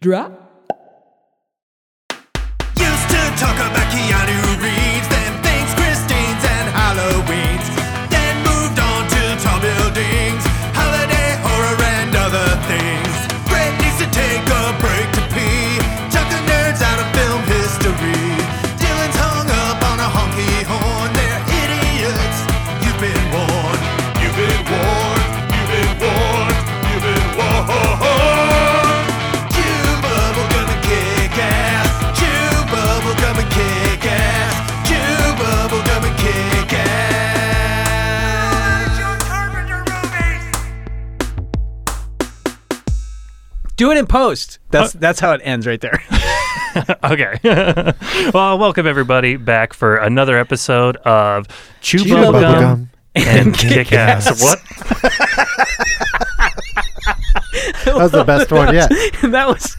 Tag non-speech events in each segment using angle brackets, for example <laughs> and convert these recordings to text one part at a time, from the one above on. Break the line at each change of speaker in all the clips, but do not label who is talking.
Drop.
Used to talk about Keanu Reeves, then things, Christine's and Halloween's. Then moved on to tall buildings, holiday horror and other things. Brett needs to take a break to pee. Chuck the nerds out of film history. Dylan's hung up on a honky horn. They're idiots. You've been warned. You've been warned. You've been warned. You've been warned. Chew bubble gum and kick ass. Chew bubble gum and kick ass. Chew bubble gum and kick ass.
Do it in post. Uh, That's that's how it ends right <laughs> there.
Okay. <laughs> well, welcome everybody back for another episode of Chew,
Bubble
Bubblegum
Gum
and Kick Ass. What?
That was the best one yet.
that was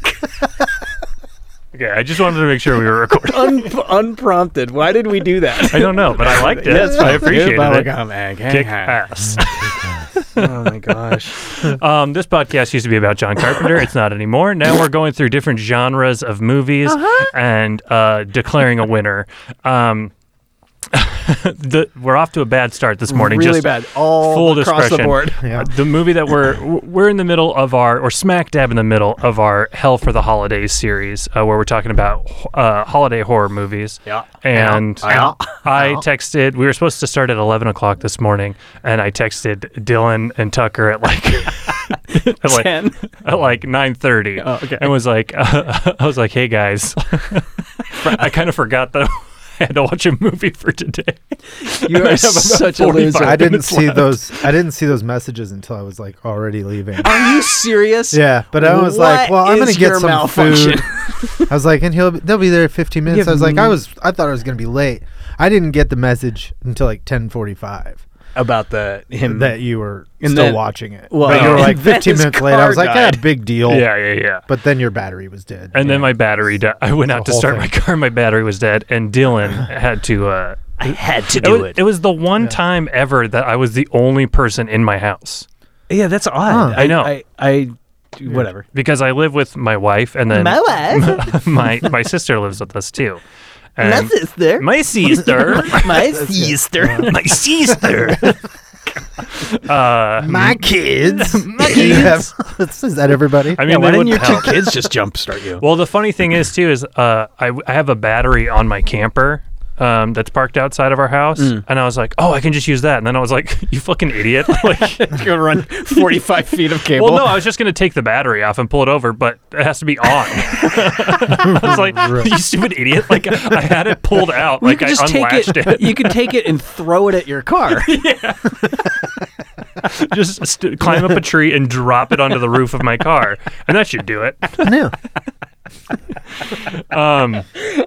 Okay, I just wanted to make sure we were recording.
un- unprompted. Why did we do that?
I don't know, but I liked it. I appreciated it.
it.
Kick <laughs> ass.
Oh my gosh.
<laughs> Um, this podcast used to be about John Carpenter. It's not anymore. Now we're going through different genres of movies and uh, declaring a winner. Um, <laughs> the, we're off to a bad start this
<laughs>
morning.
Really
just
bad. All
full
across the
discretion. Uh,
board.
Yeah.
The movie that we're we're in the middle of our or smack dab in the middle of our Hell for the Holidays series, uh, where we're talking about uh, holiday horror movies.
Yeah.
And
Yeah.
I texted. We were supposed to start at eleven o'clock this morning, and I texted Dylan and Tucker at like. <laughs> at like,
10.
at like 9.30
Oh, okay.
and was like <laughs> uh, i was like hey guys <laughs> i kind of forgot that <laughs> i had to watch a movie for today
You
<laughs> I
are
have about
such a
45
loser.
I didn't
minutes
see
left.
those. I didn't see those messages until I was like already leaving.
Are you serious?
Yeah, but I was like, well,
What
I'm
is
gonna get
your
some
malfunction?
food. <laughs> I was like, and he'll be- they'll be there in 15 minutes. I was like, I was I thought I was gonna be late. I didn't get the message until like 10:45
About the him
that you were
Mm-hmm. And
still
then-
watching it.
well,
but you were
and <laughs>
like
then
15
his
minutes late. I
car
was like,
died.
yeah, big deal.
yeah yeah yeah
But then your battery was dead.
And then
Yeah.
my battery died. I went out to
whole
start
thing.
my <laughs> car. My battery was dead, and Dylan
<laughs>
had to. Uh,
I had to
it,
do
was,
it.
it was the one time ever that I was the only person in my house
Yeah, that's
Huh.
odd.
I know.
I, I, whatever.
because I live with my wife, and then
wife.
<laughs> my my sister lives with us too. And
sister.
My sister.
<laughs> My sister. My <laughs> sister.
uh,
my kids. <laughs> my kids. <laughs> is that everybody?
I mean, <laughs>
Yeah, why
they
didn't
would
your two
help.
kids just jumpstart you?
<laughs> Well, the funny thing is too is uh, I, I have a battery on my camper um, that's parked outside of our house,
Mm.
and I was like, oh, I can just use that. And then I was like, <laughs> you fucking idiot! Like,
You're gonna run 45 feet of cable.
Well, no, I was just going to take the battery off and pull it over, but it has to be on. <laughs> I
<laughs>
was like, you stupid idiot. Like, I had it pulled out.
Well,
like, I unlatched
take
it.
it, You could take it and throw it at your
<laughs>
car.
just st- climb up a tree and drop it onto the roof of my car. And that should do it.
<laughs> no.
Um,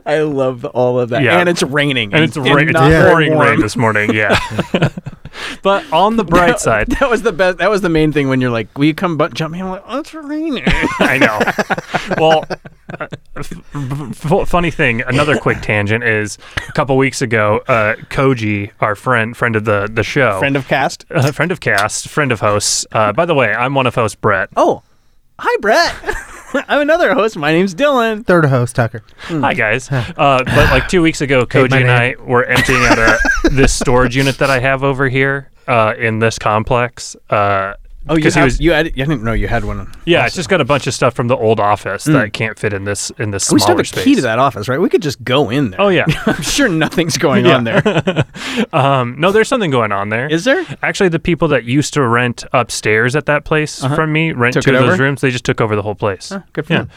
I love all of that.
Yeah.
And it's raining.
and it's, ra- it's
not
Yeah.
very
pouring
warm.
rain this morning. Yeah. <laughs> but on the bright side,
<laughs> That was the best. That was the main thing when you're like, "Will you come but jump me?" I'm like, "Oh, it's
<laughs>
raining."
<laughs> I know. Well, uh, f- f- f- funny thing. Another quick tangent is a couple weeks ago, uh, Koji, our friend, friend of the the show,
Friend of cast.
uh, friend of cast, friend of hosts. Uh, by the way, I'm one of hosts, Brett.
Oh, hi, Brett. <laughs> I'm another host. My name's Dylan.
Third host, Tucker.
Hmm.
Hi guys. Uh, but like two
<laughs>
weeks ago, Koji
my
and I
name.
were emptying out a, this storage unit that I have over here uh, in this complex. Uh,
Oh, you
'cause he
have,
was-
you had. I didn't know you had one.
yeah, it's just got a bunch of stuff from the old office that can't fit in this in this
Hmm. Oh, We
smaller
still have a
space.
key to that office, right? We could just go in there.
Oh yeah.
<laughs> I'm sure nothing's going on
<laughs>
there.
Um, no, there's something going on there.
Is there?
Actually, the people that used to rent upstairs at that place from me rent
Uh-huh. Took
two
it
of those
over?
rooms. They just took over the whole place.
Good for them.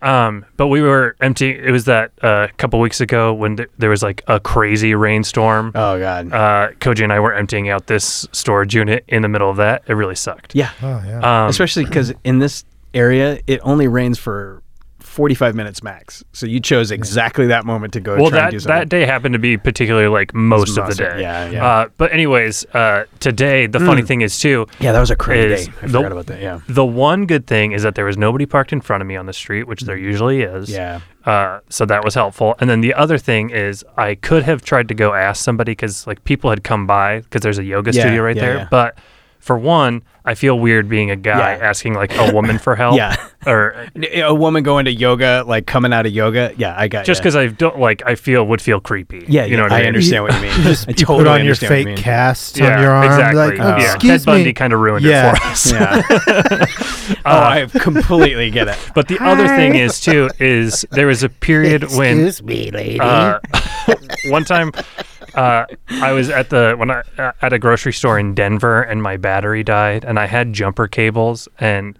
Um, but we were empty. It was that a couple weeks ago when th- there was like a crazy rainstorm.
Oh God.
Uh, Koji and I were emptying out this storage unit in the middle of that. It really sucked.
yeah.
Oh yeah.
Um,
Especially because in this area, it only rains for 45 minutes max. So you chose exactly that moment to go
well,
try and
that,
do something.
that day happened to be particularly like most of the
monster.
day.
Yeah, Hmm. yeah.
Uh, but anyways, uh, today the funny thing is too.
yeah, that was a crazy
is
day. I
the-
forgot about that. Yeah.
The one good thing is that there was nobody parked in front of me on the street, which there usually is.
Mm. Yeah.
Uh, so that was helpful. And then the other thing is, I could have tried to go ask somebody because like people had come by because there's a yoga
Yeah,
studio right
yeah,
there,
yeah.
but For one, I feel weird being a guy
Yeah.
asking like a woman for help.
Yeah.
<laughs>
<laughs>
Or
A woman going to yoga, like coming out of yoga. Yeah, I got
just
ya.
because I don't like, I feel would feel creepy.
Yeah,
you know what I, mean?
understand
<laughs>
what you mean. I
you
totally
put on your
understand what you
fake
mean.
cast
Yeah,
on your arm.
exactly.
Like, oh,
yeah.
excuse
Ted Bundy
me.
kind of ruined
Yeah.
it for
<laughs>
us.
Yeah.
Uh,
oh, I completely get it.
<laughs> But the other thing is too is there was a
<laughs>
period when
Excuse me, lady.
uh, <laughs> one time uh, I was at the when I uh, at a grocery store in Denver and my battery died and I had jumper cables and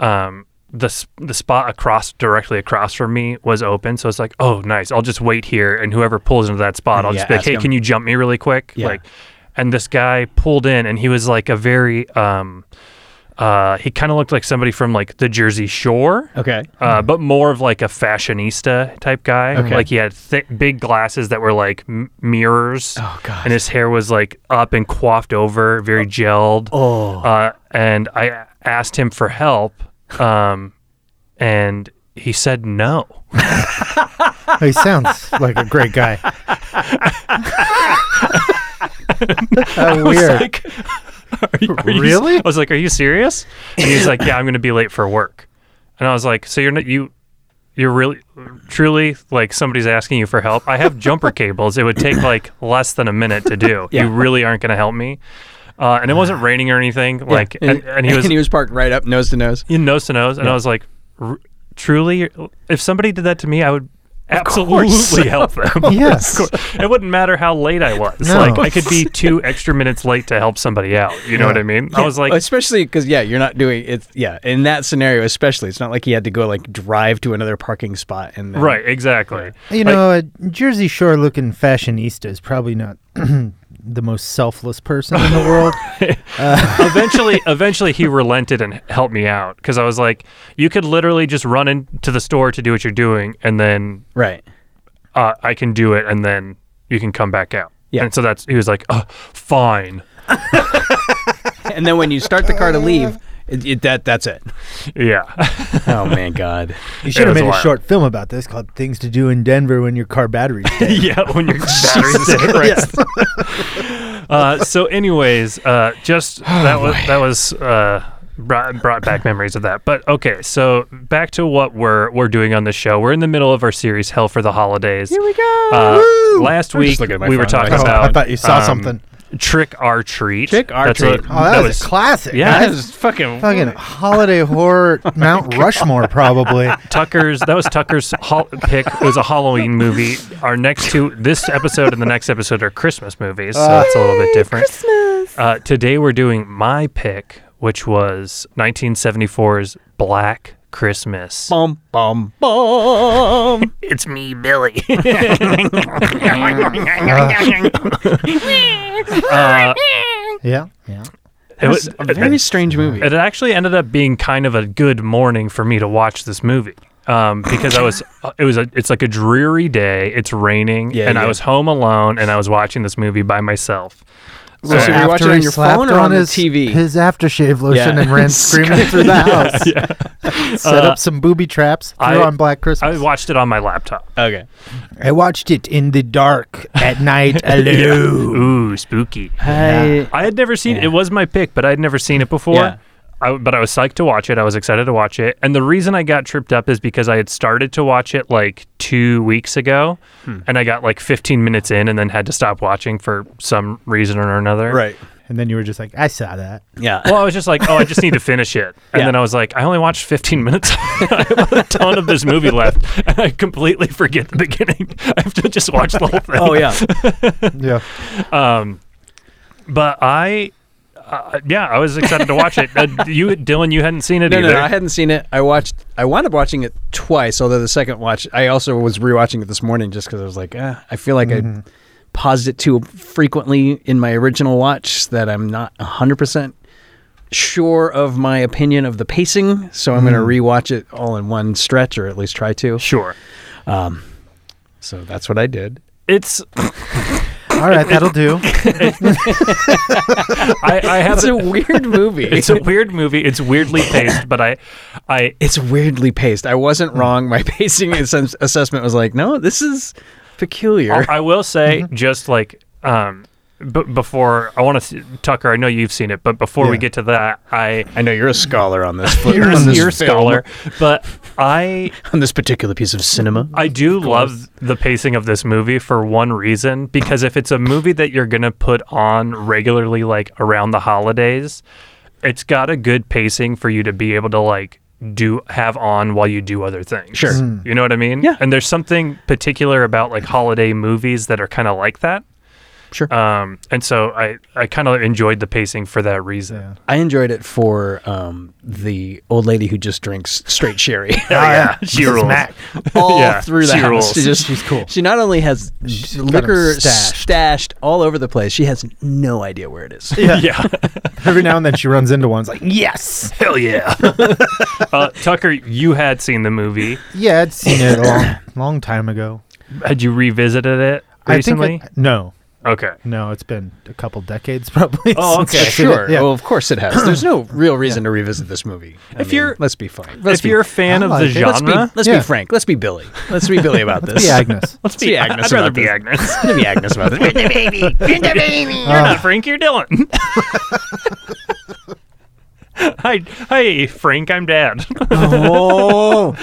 um the s- the spot across directly across from me was open so it's like oh nice I'll just wait here and whoever pulls into that spot I'll
Yeah,
just be like
ask
hey
him.
can you jump me really quick
Yeah.
like and this guy pulled in and he was like a very um uh, he kind of looked like somebody from like the Jersey Shore
Okay.
uh, but more of like a fashionista type guy.
Okay.
Like he had thick, big glasses that were like m- mirrors.
Oh, God.
And his hair was like up and coiffed over, very gelled.
Oh.
Uh, and I asked him for help, um, and he said no. <laughs>
Oh, he sounds like a great
<laughs>
guy. <laughs> How
I was
weird.
like, "Are you- are you-
Really?
I was like, "Are you serious?" And he's like, "Yeah, I'm going to be late for work." And I was like, "So you're not you." You're really, truly like somebody's asking you for help. I have jumper cables. It would take like less than a minute to do.
Yeah.
You really aren't going to help me. Uh, and it wasn't raining or anything. Like,
Yeah. <laughs>
and, and he was
parked right up, nose to nose.
in nose to nose, and I was like, R- truly, if somebody did that to me, I would
course.
absolutely help them.
Yes.
Of course. it wouldn't matter how late I was.
No.
Like I could be two extra minutes late to help somebody out. You know what I mean? I was like,
Oh, especially because yeah, you're not doing it's yeah in that scenario. Especially, it's not like he had to go like drive to another parking spot and then,
<laughs> right, exactly.
<laughs> You know, a Jersey Shore looking fashionista is probably not <clears throat> the most selfless person in the
<laughs>
world.
eventually, eventually he relented and helped me out because I was like, you could literally just run into the store to do what you're doing, and then
right.
uh, I can do it, and then you can come back out.
Yeah.
And so that's he was like, oh, fine.
And then when you start the car to leave, it, it, that that's it.
Yeah. <laughs>
Oh man, <laughs> God.
You should have
was
made a
wild.
short film about this called "Things to Do in Denver When Your Car Battery's Dead."
<laughs> yeah, when your battery's dead. Right. <laughs> uh, so, anyways, uh, just that was that was uh, brought brought back memories of that. But okay, so back to what we're we're doing on the show. We're in the middle of our series "Hell for the Holidays." Here we go. Uh, last
I'm just
week
looking at my
we were
phone.
talking
Oh, I
about. um,
thought you saw something.
Trick or treat.
Trick or
That's a-
treat.
Oh, that, was, a classic.
Yeah,
That's
that was
<laughs>
fucking
fucking holiday horror <laughs> Mount Rushmore, <laughs> probably.
Tucker's. That was Tucker's hol- pick. It was a Halloween movie. Our next two, this episode and the next episode, are Christmas movies, so it's a little bit different. Christmas. Uh, today we're doing my pick, which was 1974's Black Christmas.
Bum bum bum.
It's me, Billy.
Yeah, yeah.
it was
a very strange movie.
It actually ended up being kind of a good morning for me to watch this movie um, because I was it was a it's like a dreary day. It's raining,
Yeah,
and I
yeah.
was home alone, and I was watching this movie by myself.
So you
So-
were watching
he
on your
slapped
phone or on the
his,
TV?
His aftershave lotion and
<laughs>
ran screaming through the house. <laughs> Set up some booby traps. Threw
I-
on Black
I
Christmas.
watched it on my laptop.
okay.
I watched it in the dark at <laughs> night alone.
Ooh, spooky!
I,
I had never seen it was my pick, but I had never seen it before.
Yeah.
I, but I was psyched to watch it. I was excited to watch it, and the reason I got tripped up is because I had started to watch it like two weeks ago,
Hmm.
and I got like 15 minutes in, and then had to stop watching for some reason or another.
right.
And then you were just like, I saw that.
Yeah.
Well, I was just like, oh, I just need to finish
<laughs>
it. And
Yeah.
then I was like, I only watched 15 minutes. <laughs> I have a ton of this movie left. And I completely forget the beginning. <laughs> I have to just watch the whole thing.
oh yeah.
Yeah.
But I, uh, yeah, I was excited to watch it. Uh, you, Dylan, you hadn't seen it
No, no,
either.
no, I hadn't seen it. I watched. I wound up watching it twice. Although the second watch, I also was rewatching it this morning just because I was like, eh, I feel like I paused it too frequently in my original watch that I'm not hundred percent sure of my opinion of the pacing. So I'm going to rewatch it all in one stretch, or at least try to.
Sure.
So that's what I did.
It's,
All right, that'll <laughs> do.
I, I
<laughs>
have
It's a weird movie.
<laughs> it's a weird movie. It's weirdly
<laughs>
paced, but I, I,
it's weirdly paced. I wasn't wrong. My <laughs> pacing assess- assessment was like, no, this is peculiar.
I will say just like um b- before I want to Tucker. I know you've seen it, but before we
Yeah.
get to that, I
I know you're a scholar on this. <laughs> fl-
you're
on
a
this
you're a
film,
scholar, but I
on this particular piece of cinema.
I do love the pacing of this movie for one reason because if it's a movie that you're going to put on regularly like around the holidays, it's got a good pacing for you to be able to like do have on while you do other things.
Sure. Mm.
You know what I mean?
Yeah.
And there's something particular about like holiday movies that are kind of like that.
Sure.
Um and so I I kind of enjoyed the pacing for that reason.
Yeah.
I enjoyed it for um, the old lady who just drinks straight <laughs> sherry.
yeah. She rules.
all
Yeah,
through the
she
house.
rules.
She just,
She's cool.
She not only has
got 'em
liquor stashed.
stashed.
all over the place, she has no idea where it <laughs> is.
<laughs> Yeah.
<laughs> Yeah.
Every now and then she runs into one. It's like, yes.
Hell yeah. <laughs> uh, Tucker, you had seen the movie.
Yeah, I'd seen it a <coughs> long, long time ago.
Had you revisited it recently?
I think I, no,
okay.
no, it's been a couple decades <laughs> probably.
Oh,
since
okay.
I've seen it.
Sure.
Yeah.
Well, of course it has. There's <clears throat> no real reason to revisit this movie. I
If
mean,
you're-
let's be fine. Let's
if
be,
you're a fan
I
of
like
the
it. Let's
let's be
genre,
let's
Yeah.
be frank. Let's be Billy. <laughs> Let's be Billy about this.
Be <laughs> Agnes.
Let's be Agnes.
I'd rather
about
be
this.
<laughs> Agnes.
Let's be Agnes about this. <laughs>
You're not Frank, you're Dylan. <laughs> hi, hi, Frank. I'm Dad. <laughs>
oh,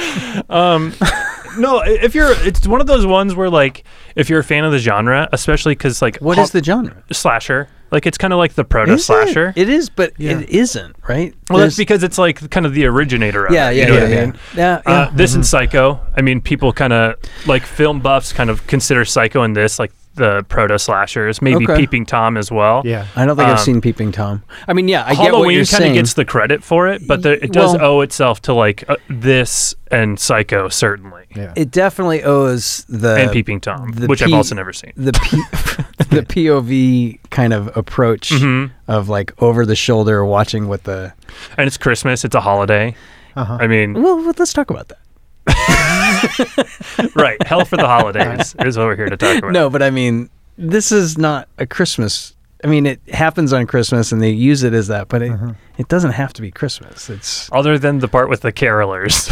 no, i- if you're, it's one of those ones where like, if you're a fan of the genre, especially because like,
what
ho-
is the genre?
slasher? Like, it's kind of like the proto
Is it?
slasher.
It is, but it isn't, right?
well, that's
There's-
because it's like kind of the originator of
yeah,
it.
yeah,
you know
yeah,
what I
yeah.
mean?
yeah, yeah.
Uh, This and Psycho. I mean, people kind of like film buffs kind of consider Psycho and this like the proto slashers. Maybe
Okay.
Peeping Tom as well.
Yeah.
I don't think I've
um,
seen Peeping Tom. I mean, yeah, I get what
Halloween
you're
kind of
saying.
gets the credit for it, but there, it does
Well-
owe itself to like uh, this and Psycho certainly,
Yeah.
it definitely owes the
and Peeping Tom,
Uh, the
which I've
P-
also never seen.
<laughs> the P- the POV kind of approach
Mm-hmm.
of like over the shoulder watching what the
And it's Christmas; it's a holiday.
uh-huh.
<laughs>
I mean,
well well, let's talk about that.
right? Hell for the holidays is what we're here to talk about.
No, but I mean this is not a Christmas. I mean it happens on Christmas and they use it as that, but it
Mm-hmm.
it doesn't have to be Christmas. It's
other than the part with the carolers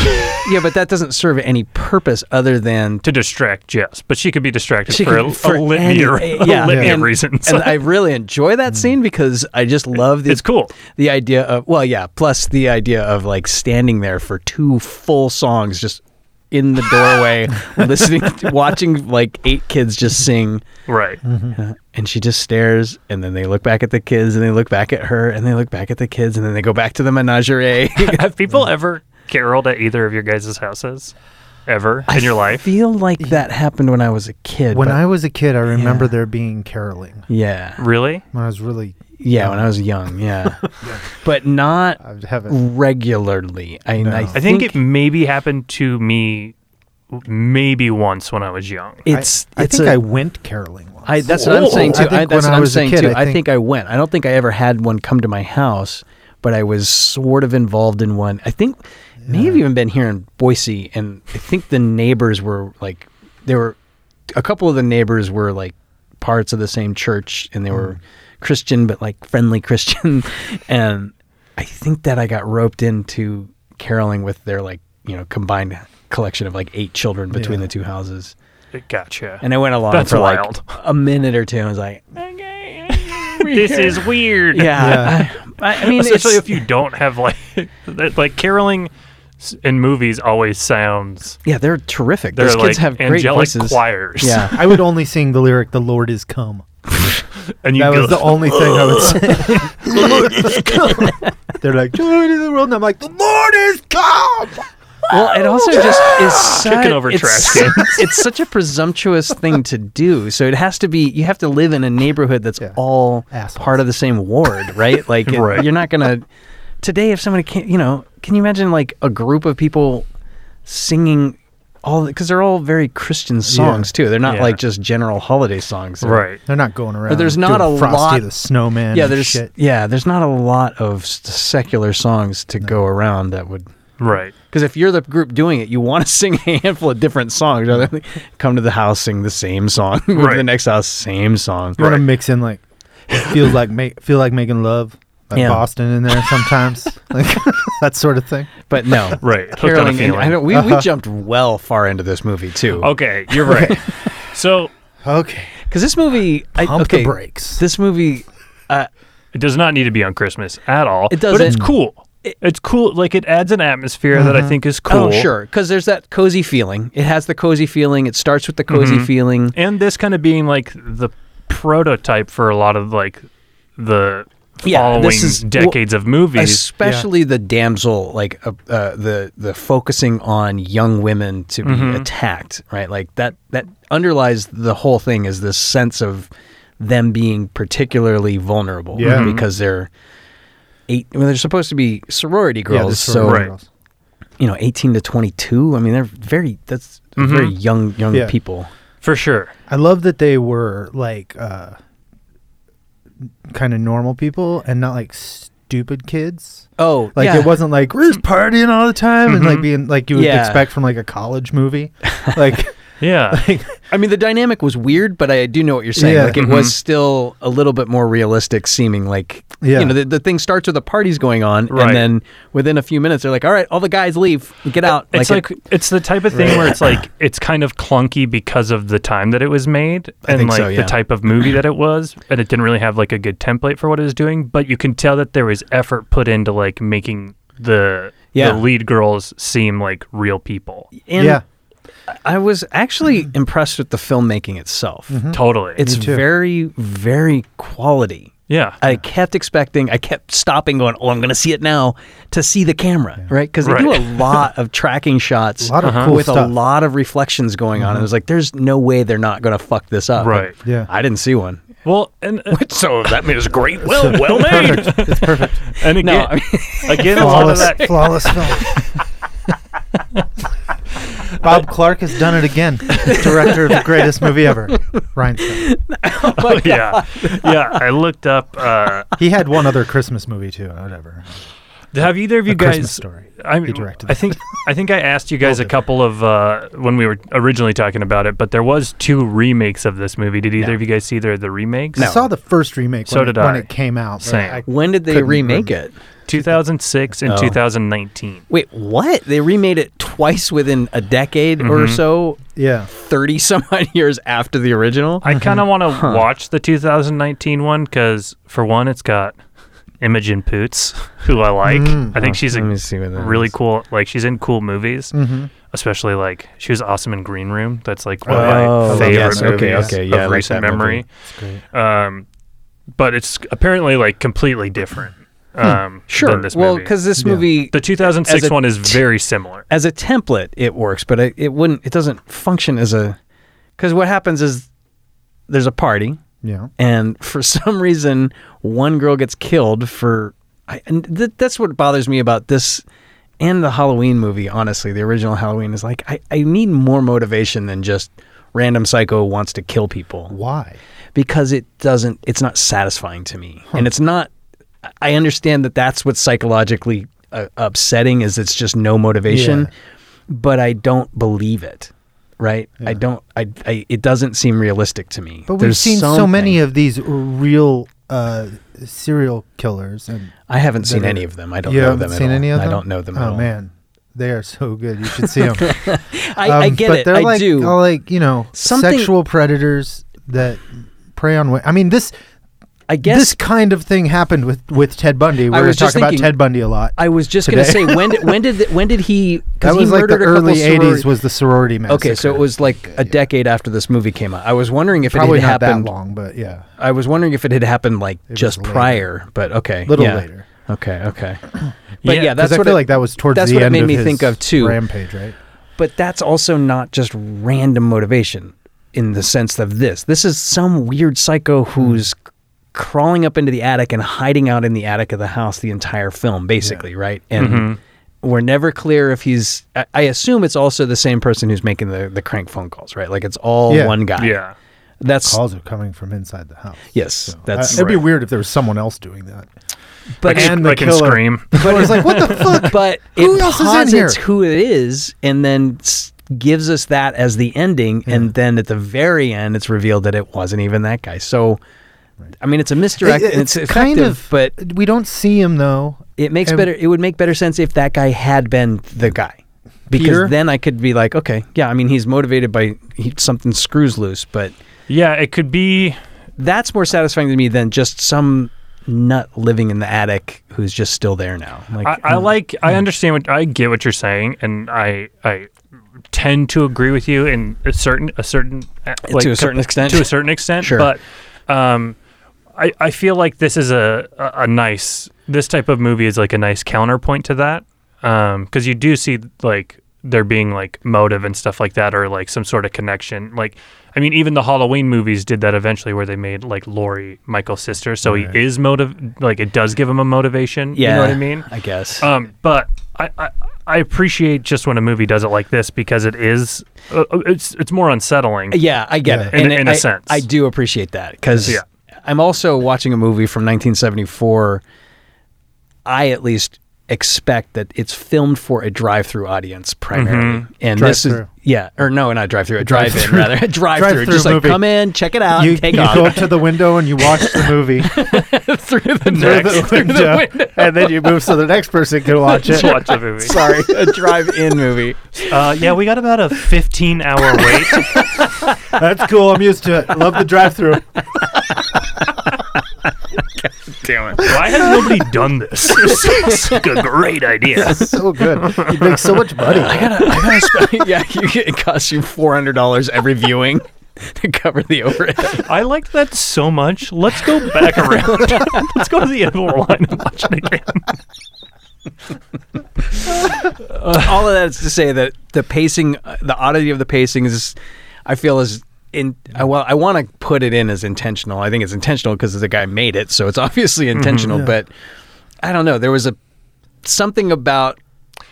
<laughs>
yeah, but that doesn't serve any purpose other than
to distract Jess, but she could be distracted
She
for,
could-
a,
for
a litany,
any-
or,
eh,
<laughs>
<laughs>
a
yeah.
litany of
And-
reasons. Hmm.
and I really enjoy that scene because I just love the
<laughs> it's cool.
the idea of well yeah plus the idea of like standing there for two full songs just in the doorway
<laughs>
listening to, watching like eight kids just sing
Right.
Uh, and she just stares and then they look back at the kids and they look back at her and they look back at the kids and then they go back to the menagerie
<laughs> Have people ever caroled at either of your guys' houses? Ever <laughs> in your
i
life?
feel like that happened when i was a kid
When
but-
I was a kid, I remember
Yeah.
there being caroling.
yeah
Really?
When I was really,
yeah when i was young <laughs> yeah Uh, but not
I haven't.
regularly i,
No.
I,
I
I think it maybe happened to me maybe once when I was young.
it's
I
it's
think
a-
I went caroling once.
I, that's what I'm
Oh.
saying
I
too. I
think when
that's what
I
I'm
was a
saying
kid,
too.
I
I think
think-
I went. I don't think I ever had one come to my house, but I was sort of involved in one. I think may have even been here in Boise, and I think the neighbors were like, there were a couple of the neighbors were like parts of the same church, and they
Mm.
were Christian, but like friendly <laughs> Christian, and I think that I got roped into caroling with their like you know combined collection of like eight children between
Yeah.
the two houses.
Gotcha.
And I went along
That's
for
wild.
like a minute or two. and was like,
<laughs>
<laughs>
this is weird.
yeah. I, I mean,
Especially
it's-
if you don't have like <laughs> that- like caroling s- in movies always sounds
yeah, they're terrific.
they're
Those
like
kids have great
angelic
voices.
choirs. <laughs>
Yeah.
I would only sing the lyric "The Lord is come."
and you
That
go,
was the only thing I would say. <laughs> the Lord is come. They're like, "Joy to the world," and I'm like, "The Lord is come."
Well, it also just is such,
Ah, Kicking over
<laughs> it's,
trash
it's such a presumptuous thing to do. So it has to be. You have to live in a neighborhood that's
Yeah.
all
Assholes.
part of the same ward,
<laughs>
right? Like, it-
Right.
you're not gonna today if somebody can't. You know, can you imagine like a group of people singing? All because they're all very Christian songs too. They're not
Yeah.
like just general holiday songs. They're-
<laughs> right.
They're not going around.
there's not
doing
a
Frosty
lot-
the Snowman.
yeah,
and
there's
shit.
yeah, there's not a lot of s- secular songs to go around that would
Right.
because if you're the group doing it, you want to <laughs> sing a handful of different songs. rather than Come to the house, sing the same song. <laughs> Go to
Right.
the next house, same song.
You want to mix in like it feels like make feel like making love, like
Yeah.
Boston in there
<laughs>
sometimes, like <laughs> that sort of thing.
But no,
<laughs> Right. Hooked on
Caroling. And,
a
I
feeling.
don't,
<laughs>
we we jumped well far into this movie too. <laughs>
Okay, you're right. so
Okay.
because this movie, I,
Pump
okay,
the brakes.
This movie,
It does not need to be on Christmas at all.
It
But it's
doesn't.
cool. it's cool. Like it adds an atmosphere that I think is cool.
oh sure, because there's that cozy feeling. It has the cozy feeling. It starts with the cozy
Mm-hmm.
feeling.
And this kind of being like the prototype for a lot of like the
Yeah,
following
this is-
decades of movies.
especially the damsel like uh, uh, the the focusing on young women to be
Mm-hmm.
attacked right like that that underlies the whole thing is this sense of them being particularly vulnerable
Yeah. Mm-hmm.
because they're eight well they're supposed to be sorority
Yeah,
girls
the
so
sorority
Right.
girls.
you know 18 to 22 i mean they're very that's very young young
Mm-hmm. Yeah.
people
for sure.
I love that they were like uh, kind of normal people and not like stupid kids.
oh
Like
yeah. Mm-hmm.
it wasn't like we're just partying all the time and like being like you would
Yeah.
expect from like a college
<laughs>
movie. Like
Yeah.
I mean, the dynamic was weird, but I do know what you're saying.
Yeah.
Like, it
Mm-hmm.
was still a little bit more realistic seeming. Like,
Yeah.
you know, the, the thing starts with the party's going on,
Right.
and then within a few minutes, they're like, all right, all the guys leave, get out.
It's
it-
like, it's the type of thing where it's like it's kind of clunky because of the time that it was made and
think
like
so, yeah.
the type of movie that it was, and it didn't really have like a good template for what it was doing. But you can tell that there was effort put into like making the
Yeah. Mm-hmm.
the lead girls seem like real people.
and
yeah.
I was actually impressed with the filmmaking itself.
Totally.
It's
Mm-hmm. too.
very, very quality.
yeah.
I kept expecting, I kept stopping, going, "Oh, I'm going to see it now," to see the camera, right? Because they do <laughs>
Right.
a lot of tracking shots,
A lot of Uh-huh. cool
with a
stuff. Mm-hmm.
lot of reflections going on. And it was like, "There's no way they're not going to fuck this up."
Right.
Yeah.
I didn't see one.
well, and uh,
so that means great. Well, well made.
Perfect. It's perfect.
and again,
No, I mean,
<laughs>
again, a lot of
Flawless,
that
flawless film. Bob Clark has done it again. Director of the greatest movie ever, Rhinestone.
yeah, yeah. I looked up. Uh,
He had one other Christmas movie too. Whatever.
have either of you
A Christmas
guys?
story.
I
He directed
I
that.
think I think I asked
<laughs>
you guys a couple of uh, when we were originally talking about it, but there was two remakes of this movie. Did either of you guys see either of the remakes?
I saw the first remake
So
when, it-
did I.
when it came out. but
Same.
I-
when did they
Couldn't
remake it?
remember.
2006 and 2019.
Wait, what? They remade it twice within a decade or so,
yeah.
thirty <laughs> some odd years after the original.
I kind of want to watch the 2019 one because, for one, it's got Imogen Poots, <laughs> who I like. I think she's a
Mm-hmm. Oh, Let me see what that
really
is. Mm-hmm.
cool. Like she's in cool movies, especially like she was awesome in Green Room. That's like one of
Oh,
my favorite
yes,
movies
okay, okay, yeah, I
of
like
recent
that
memory.
movie.
Um, but it's apparently like completely different. Um,
Hmm. Sure.
Than this
well,
movie.
because this movie,
the 2006
as a
one is
t-
very similar.
<laughs> as a template, it works, but it, it wouldn't. It doesn't function as a. Because what happens is, there's a party,
Yeah.
and for <laughs> some reason one girl gets killed for I, and th- that's what bothers me about this and the halloween movie honestly the original halloween is like I, I need more motivation than just random psycho wants to kill people
Why?
because it doesn't it's not satisfying to me and it's not i understand that that's what's psychologically uh, upsetting is it's just no motivation
Yeah.
but i don't believe it right i don't I, I it doesn't seem realistic to me
But we've
There's
seen so many
something-
of these real uh, serial killers, and
I haven't seen
that are-
any of them. I don't
you
know
haven't
them. at
seen
all.
any of them.
I don't know them.
Oh
at all.
man, they are so good. You should
<laughs>
see them.
I, I get
Um, but
it.
They're
I
like,
do.
all like you know,
Something-
sexual predators that prey on. Women. I mean, this
I guess
this kind of thing happened with with Ted Bundy. We're
I
going
was
to talk
just
about
thinking-
Ted Bundy a lot.
I was just going to say
today.
when did when did the, when did he?
that
Because he
was like the
murdered a couple
early
sorority-
'80s was the sorority massacre.
Okay, so it was like a decade after this movie came out. I was wondering if
probably
it had
not that
happened.
long, but yeah,
I was wondering if it had happened like
was
just
later.
prior, but okay,
little
yeah.
later.
Okay, okay, but yeah,
Yeah, 'cause
that's
Because I
what
feel
it-
like that was towards
that's
the
what it
end
made
of
me
his
think of, too.
Rampage, right?
But that's also not just random motivation in the sense of this. This is some weird psycho
Hmm.
who's c- crawling up into the attic and hiding out in the attic of the house the entire film, basically, right? And we're never clear if he's. I, I assume it's also the same person who's making the, the crank phone calls, right? Like it's all
Yeah.
one guy.
Yeah.
That's.
Calls are coming from inside the house.
Yes, that's.
Uh, it'd be weird if there was someone else doing that.
But
And the
like in
killer.
<laughs>
Scream.
But <laughs> it's like, what the fuck? <laughs>
but
Who
it
else is in
posits
here?
who it is and then s- gives us that as the ending and then at the very end it's revealed that it wasn't even that guy so i mean it's a misdirect
It-
and it's, effective but
we don't see him though.
it makes
and-
better it would make better sense if that guy had been the guy because
Peter?
then I could be like, okay, yeah, I mean, he's motivated by he, something screws loose, but
Yeah, it could be.
that's more satisfying to me than just some nut living in the attic who's just still there now. Like, hmm.
I, I like. I understand what I get what you're saying, and I I tend to agree with you in a certain a certain uh, like,
a certain extent.
to a certain extent.
Sure.
But um, I I feel like this is a, a a nice this type of movie is like a nice counterpoint to that because you do see like there being like motive and stuff like that or like some sort of connection like i mean even the halloween movies did that eventually where they made like laurie michael's sister so he is motive like it does give him a motivation
yeah,
you know what i mean
I guess.
um, but I, I I appreciate just when a movie does it like this because it is uh, uh, it's it's more unsettling.
yeah, I get
Yeah.
it.
In-
it-
in a
I-
sense.
I do appreciate that because
Yeah.
I'm also watching a movie from 1974. I at least expect that it's filmed for a drive-through audience primarily, and this is
Drive-through.
yeah, or no, not drive-through, a drive-in rather, a drive-through.
Drive-through
Just like
movie.
come in, check it out,
you
and take
you
off.
go up to the window and you watch <laughs> the movie
through <laughs> the
through the
next
window, and then you move so the next person can watch it.
Just watch a
<laughs>
movie.
Sorry, a drive-in movie.
Uh, yeah, we got about a 15 hour wait.
That's cool. I'm used to it. Love the drive-through.
<laughs> Damn it! Why has nobody done <laughs> this? It's like a great idea.
So good. You make so much money.
I gotta, I gotta spend, <laughs> yeah, you, get- it costs you four hundred dollars every viewing <laughs> to cover the overhead.
I liked that so much. Let's go back around. <laughs> Let's go to the end of the line and watch it
<laughs>
again.
All of that is to say that the pacing, uh, the oddity of the pacing is, I feel is in. I, well, I want to put it in as intentional. I think it's intentional because the guy made it, so it's obviously intentional. But I don't know. There was a something about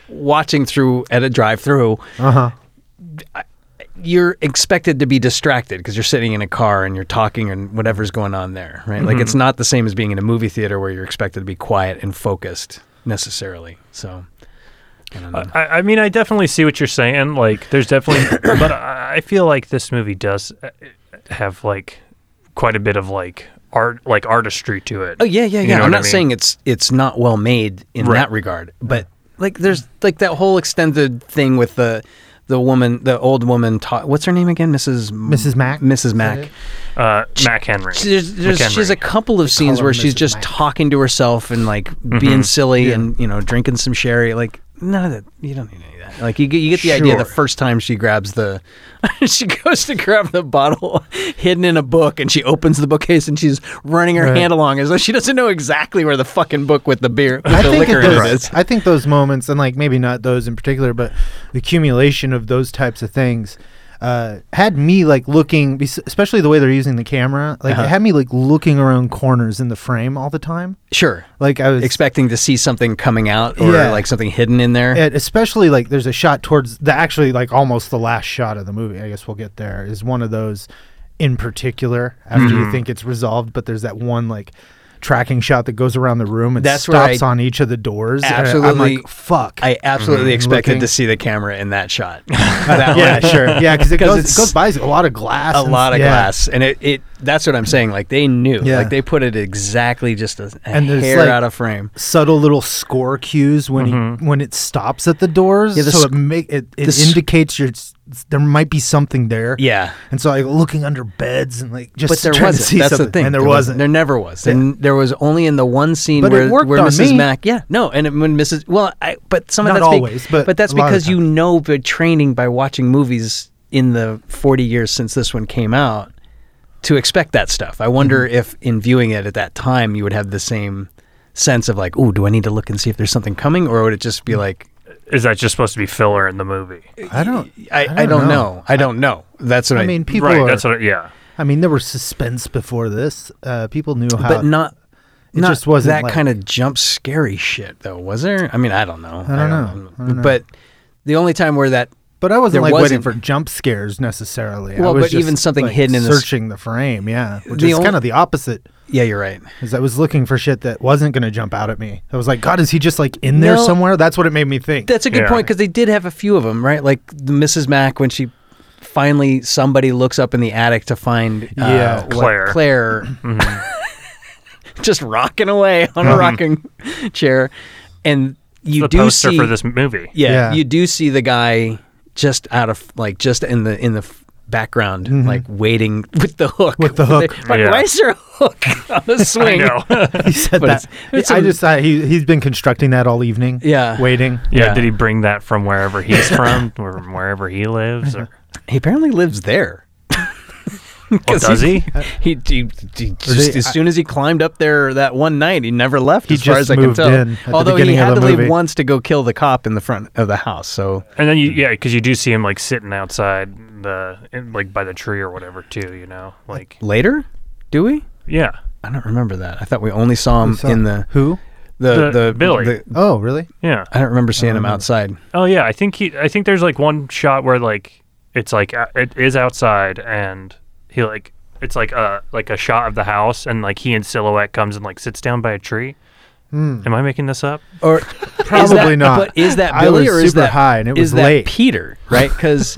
watching through at a drive-through
Uh-huh.
you're expected to be distracted because you're sitting in a car and you're talking and whatever's going on there, right? Like it's not the same as being in a movie theater where you're expected to be quiet and focused necessarily. So, I don't know.
I, I mean, I definitely see what you're saying. Like, there's
<coughs>
definitely, but I I feel like this movie does uh, have like quite a bit of like art, like artistry to it.
oh yeah, yeah, yeah.
You know
I'm
what
not
I mean?
saying it's it's not well made in
Right.
that regard, but like there's like that whole extended thing with the the woman, the old woman. Ta- what's her name again? Mrs. M-
Mrs. Mac?
Mrs.
it?
Mac.
uh, Mac Henry.
There's, there's,
McHenry.
she has a couple of scenes
her
where she's
Mrs.
just
Mac.
talking to herself and like
Mm-hmm.
being silly and you know drinking some sherry. Like none of that. You don't need any of that. Like you get you get the idea the
Sure.
first time she grabs the, <laughs> she goes to grab the bottle hidden in a book and she opens the bookcase and she's running her
Right.
hand along as though she doesn't know exactly where the fucking book with the beer with
I
the
think,
liquor
it
in it
does-
is.
I think those moments, and like maybe not those in particular, but the accumulation of those types of things uh, had me like looking, bes- especially the way they're using the camera, like it had me like looking around corners in the frame all the time.
Sure.
Like I was
Expecting to see something coming out or
Yeah.
like something hidden in there.
And especially like there's a shot towards the actually like almost the last shot of the movie. I guess we'll get there. Is one of those in particular after
Mm-hmm.
you think it's resolved, but there's that one like tracking shot that goes around the room and
That's where
stops
I
on each of the doors. And I'm
absolutely-
like, fuck. <laughs>
I absolutely
Mm-hmm.
expected
Looking.
to see the camera in that
<laughs>
shot. That
yeah,
one.
sure. Yeah, because it
<laughs> 'Cause
goes,
it's
it goes by a lot of glass.
a
and-
lot of
yeah.
glass, and it, it that's what I'm saying. Like they knew,
Yeah.
like they put it exactly just a, a
And there's,
hair
like,
out of frame.
Subtle little score cues when he, when it stops at the doors,
Mm-hmm. Yeah, the
so
sc-
it make it, it
the sc-
indicates you're, s- there might be something there.
Yeah,
And so I go looking under beds and like just
but there
trying to
wasn't.
see
That's
something.
the thing.
And there, wasn't.
There never was. And there was only in the one scene
But it
where
worked
where
on
Mrs.
me.
Mac. Yeah, no, and it, when Mrs. Well, I, but some
Not
of that's be-
always, but
that's
a lot of
because
the
you know the training by watching movies in the 40 years since this one came out to expect that stuff. I wonder
Mm-hmm.
if in viewing it at that time you would have the same sense of like, oh, do I need to look and see if there's something coming, or would it just
Mm.
be like?
Is that just supposed to be filler in the movie?
I don't.
I, I don't, know. I don't know. That's what I,
I mean, people.
right.
are-
That's what. I, yeah.
I mean, there was suspense before this. Uh, people knew how.
but not.
it
not
just wasn't
that
like-
kind of jump scary shit, though, was there? I mean, I don't know. I
don't know. I don't know.
But the only time where that,
But I wasn't
there
like waiting
wasn't-
for jump scares necessarily. I
Well,
was
but even
just,
something
like,
hidden in the s-
searching the frame. Yeah, which
The
is
only-
kind of the opposite.
yeah, you're right.
Because I was looking for shit that wasn't going to jump out at me. I was like, God, is he just like in there
No.
somewhere? That's what it made me think.
That's a good
Yeah.
point because they did have a few of them, right? Like the Mrs. Mack when she finally somebody looks up in the attic to find uh,
Yeah.
what-
Claire. Mm-hmm.
Claire, <laughs> just rocking away on a rocking chair, and you
the
do
poster
see
for this movie.
Yeah,
Yeah.
you do see the guy just out of like just in the in the f- background, like waiting <laughs> with the hook.
Mm-hmm. With the hook.
Like,
Yeah.
Why is there a hook on
<laughs>
the <laughs>
I
swing?
know. yeah.
<laughs> he said
But
that.
it's- it's
I
a-
just thought he he's been constructing that all evening.
Yeah.
waiting.
Yeah.
Did he bring that from
<laughs>
wherever he's from, or from wherever he lives, or
He apparently lives there.
<laughs> well,
'Cause
Oh, does he?
He, he, he just,
they-
as soon as he climbed up there that one night, he never left.
He
as far
just
as I can
moved
tell.
in at the
Although he
beginning of
had
the
to
movie.
leave once to go kill the cop in the front of the house. So
And then you, yeah, because you do see him like sitting outside the, in, like by the tree or whatever too. You know, like
later, do we?
yeah,
I don't remember that. I thought we only saw
We
him
saw-
in the
who?
the
The-
the,
Billy.
the-
Oh, really?
yeah.
I don't remember seeing
Um,
him outside.
Oh yeah, I think he. I think there's like one shot where like it's like uh, it is outside and he like it's like a like a shot of the house and like he in silhouette comes and like sits down by a tree.
Hmm.
Am I making this up?
<laughs> or
Probably
is that-
not.
But is that
I
Billy
was
or is
super
that
high and it was
is that
late.
Peter, right? <laughs> Because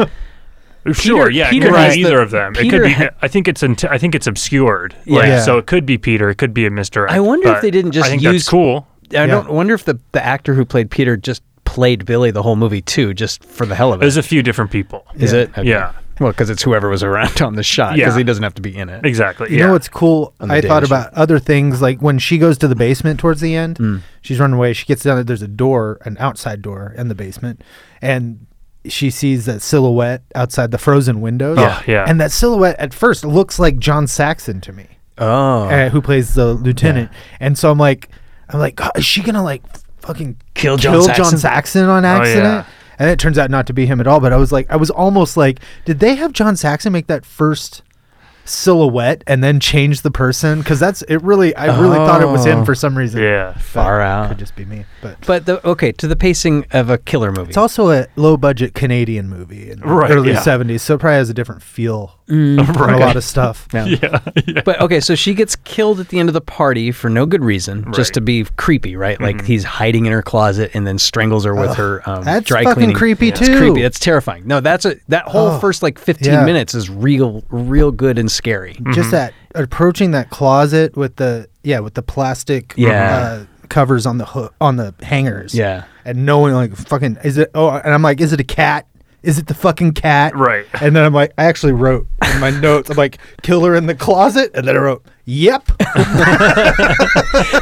sure, yeah,
Peter
it could
has
be either
the-
of them.
Peter
it could
ha-
be. I think it's. Int- I think it's obscured. Like,
Yeah.
So it could be Peter. It could be a misdirect.
I wonder if
but
they didn't just
I think
use-
that's cool.
I don't wonder if the the actor who played Peter just played Billy the whole movie too, just for the hell of it.
There's a few different people.
Is it? Okay.
Yeah.
Well, because it's whoever was around <laughs> on the shot. Because
Yeah.
he doesn't have to be in it.
Exactly.
You
yeah.
know what's cool?
On the
I thought
Daily Show.
about other things like when she goes to the basement towards the end,
Mm.
she's running away. She gets down there. There's a door, an outside door in the basement, and she sees that silhouette outside the frozen windows.
Yeah. Oh, yeah.
And that silhouette at first looks like John Saxon to me,
Oh,
uh, who plays the lieutenant. And so I'm like, I'm like, "God, is she gonna like fucking
Kill John Saxon?"
Saxon on accident?
Oh, yeah.
And it turns out not to be him at all. But I was like, I was almost like, did they have John Saxon make that first? silhouette and then change the person because that's it really i really thought it was him
Oh.
for some reason
Yeah.
But
Far
it
out.
could just be me but
but the, okay to the pacing of a killer movie.
it's also a low budget canadian movie in the
Right,
early
yeah.
70s so it probably has a different feel
Mm.
on a lot of stuff
Yeah.
<laughs> yeah. yeah.
But okay, so she gets killed at the end of the party for no good reason,
Right. Mm-hmm.
just to be creepy, right? Like he's hiding in her closet and then strangles her with her um,
that's
dry
fucking
cleaning.
creepy
It's
too.
creepy. It's terrifying. No, that's a that whole
Oh,
first like fifteen
yeah.
minutes is real, real good and
<laughs>
scary.
just that approaching that closet with the yeah with the plastic
Yeah.
uh, covers on the hook on the hangers
Yeah.
and knowing like fucking is it oh and i'm like is it a cat is it the fucking cat
Right.
and then i'm like i actually wrote in my notes i'm like killer in the closet and then i wrote yep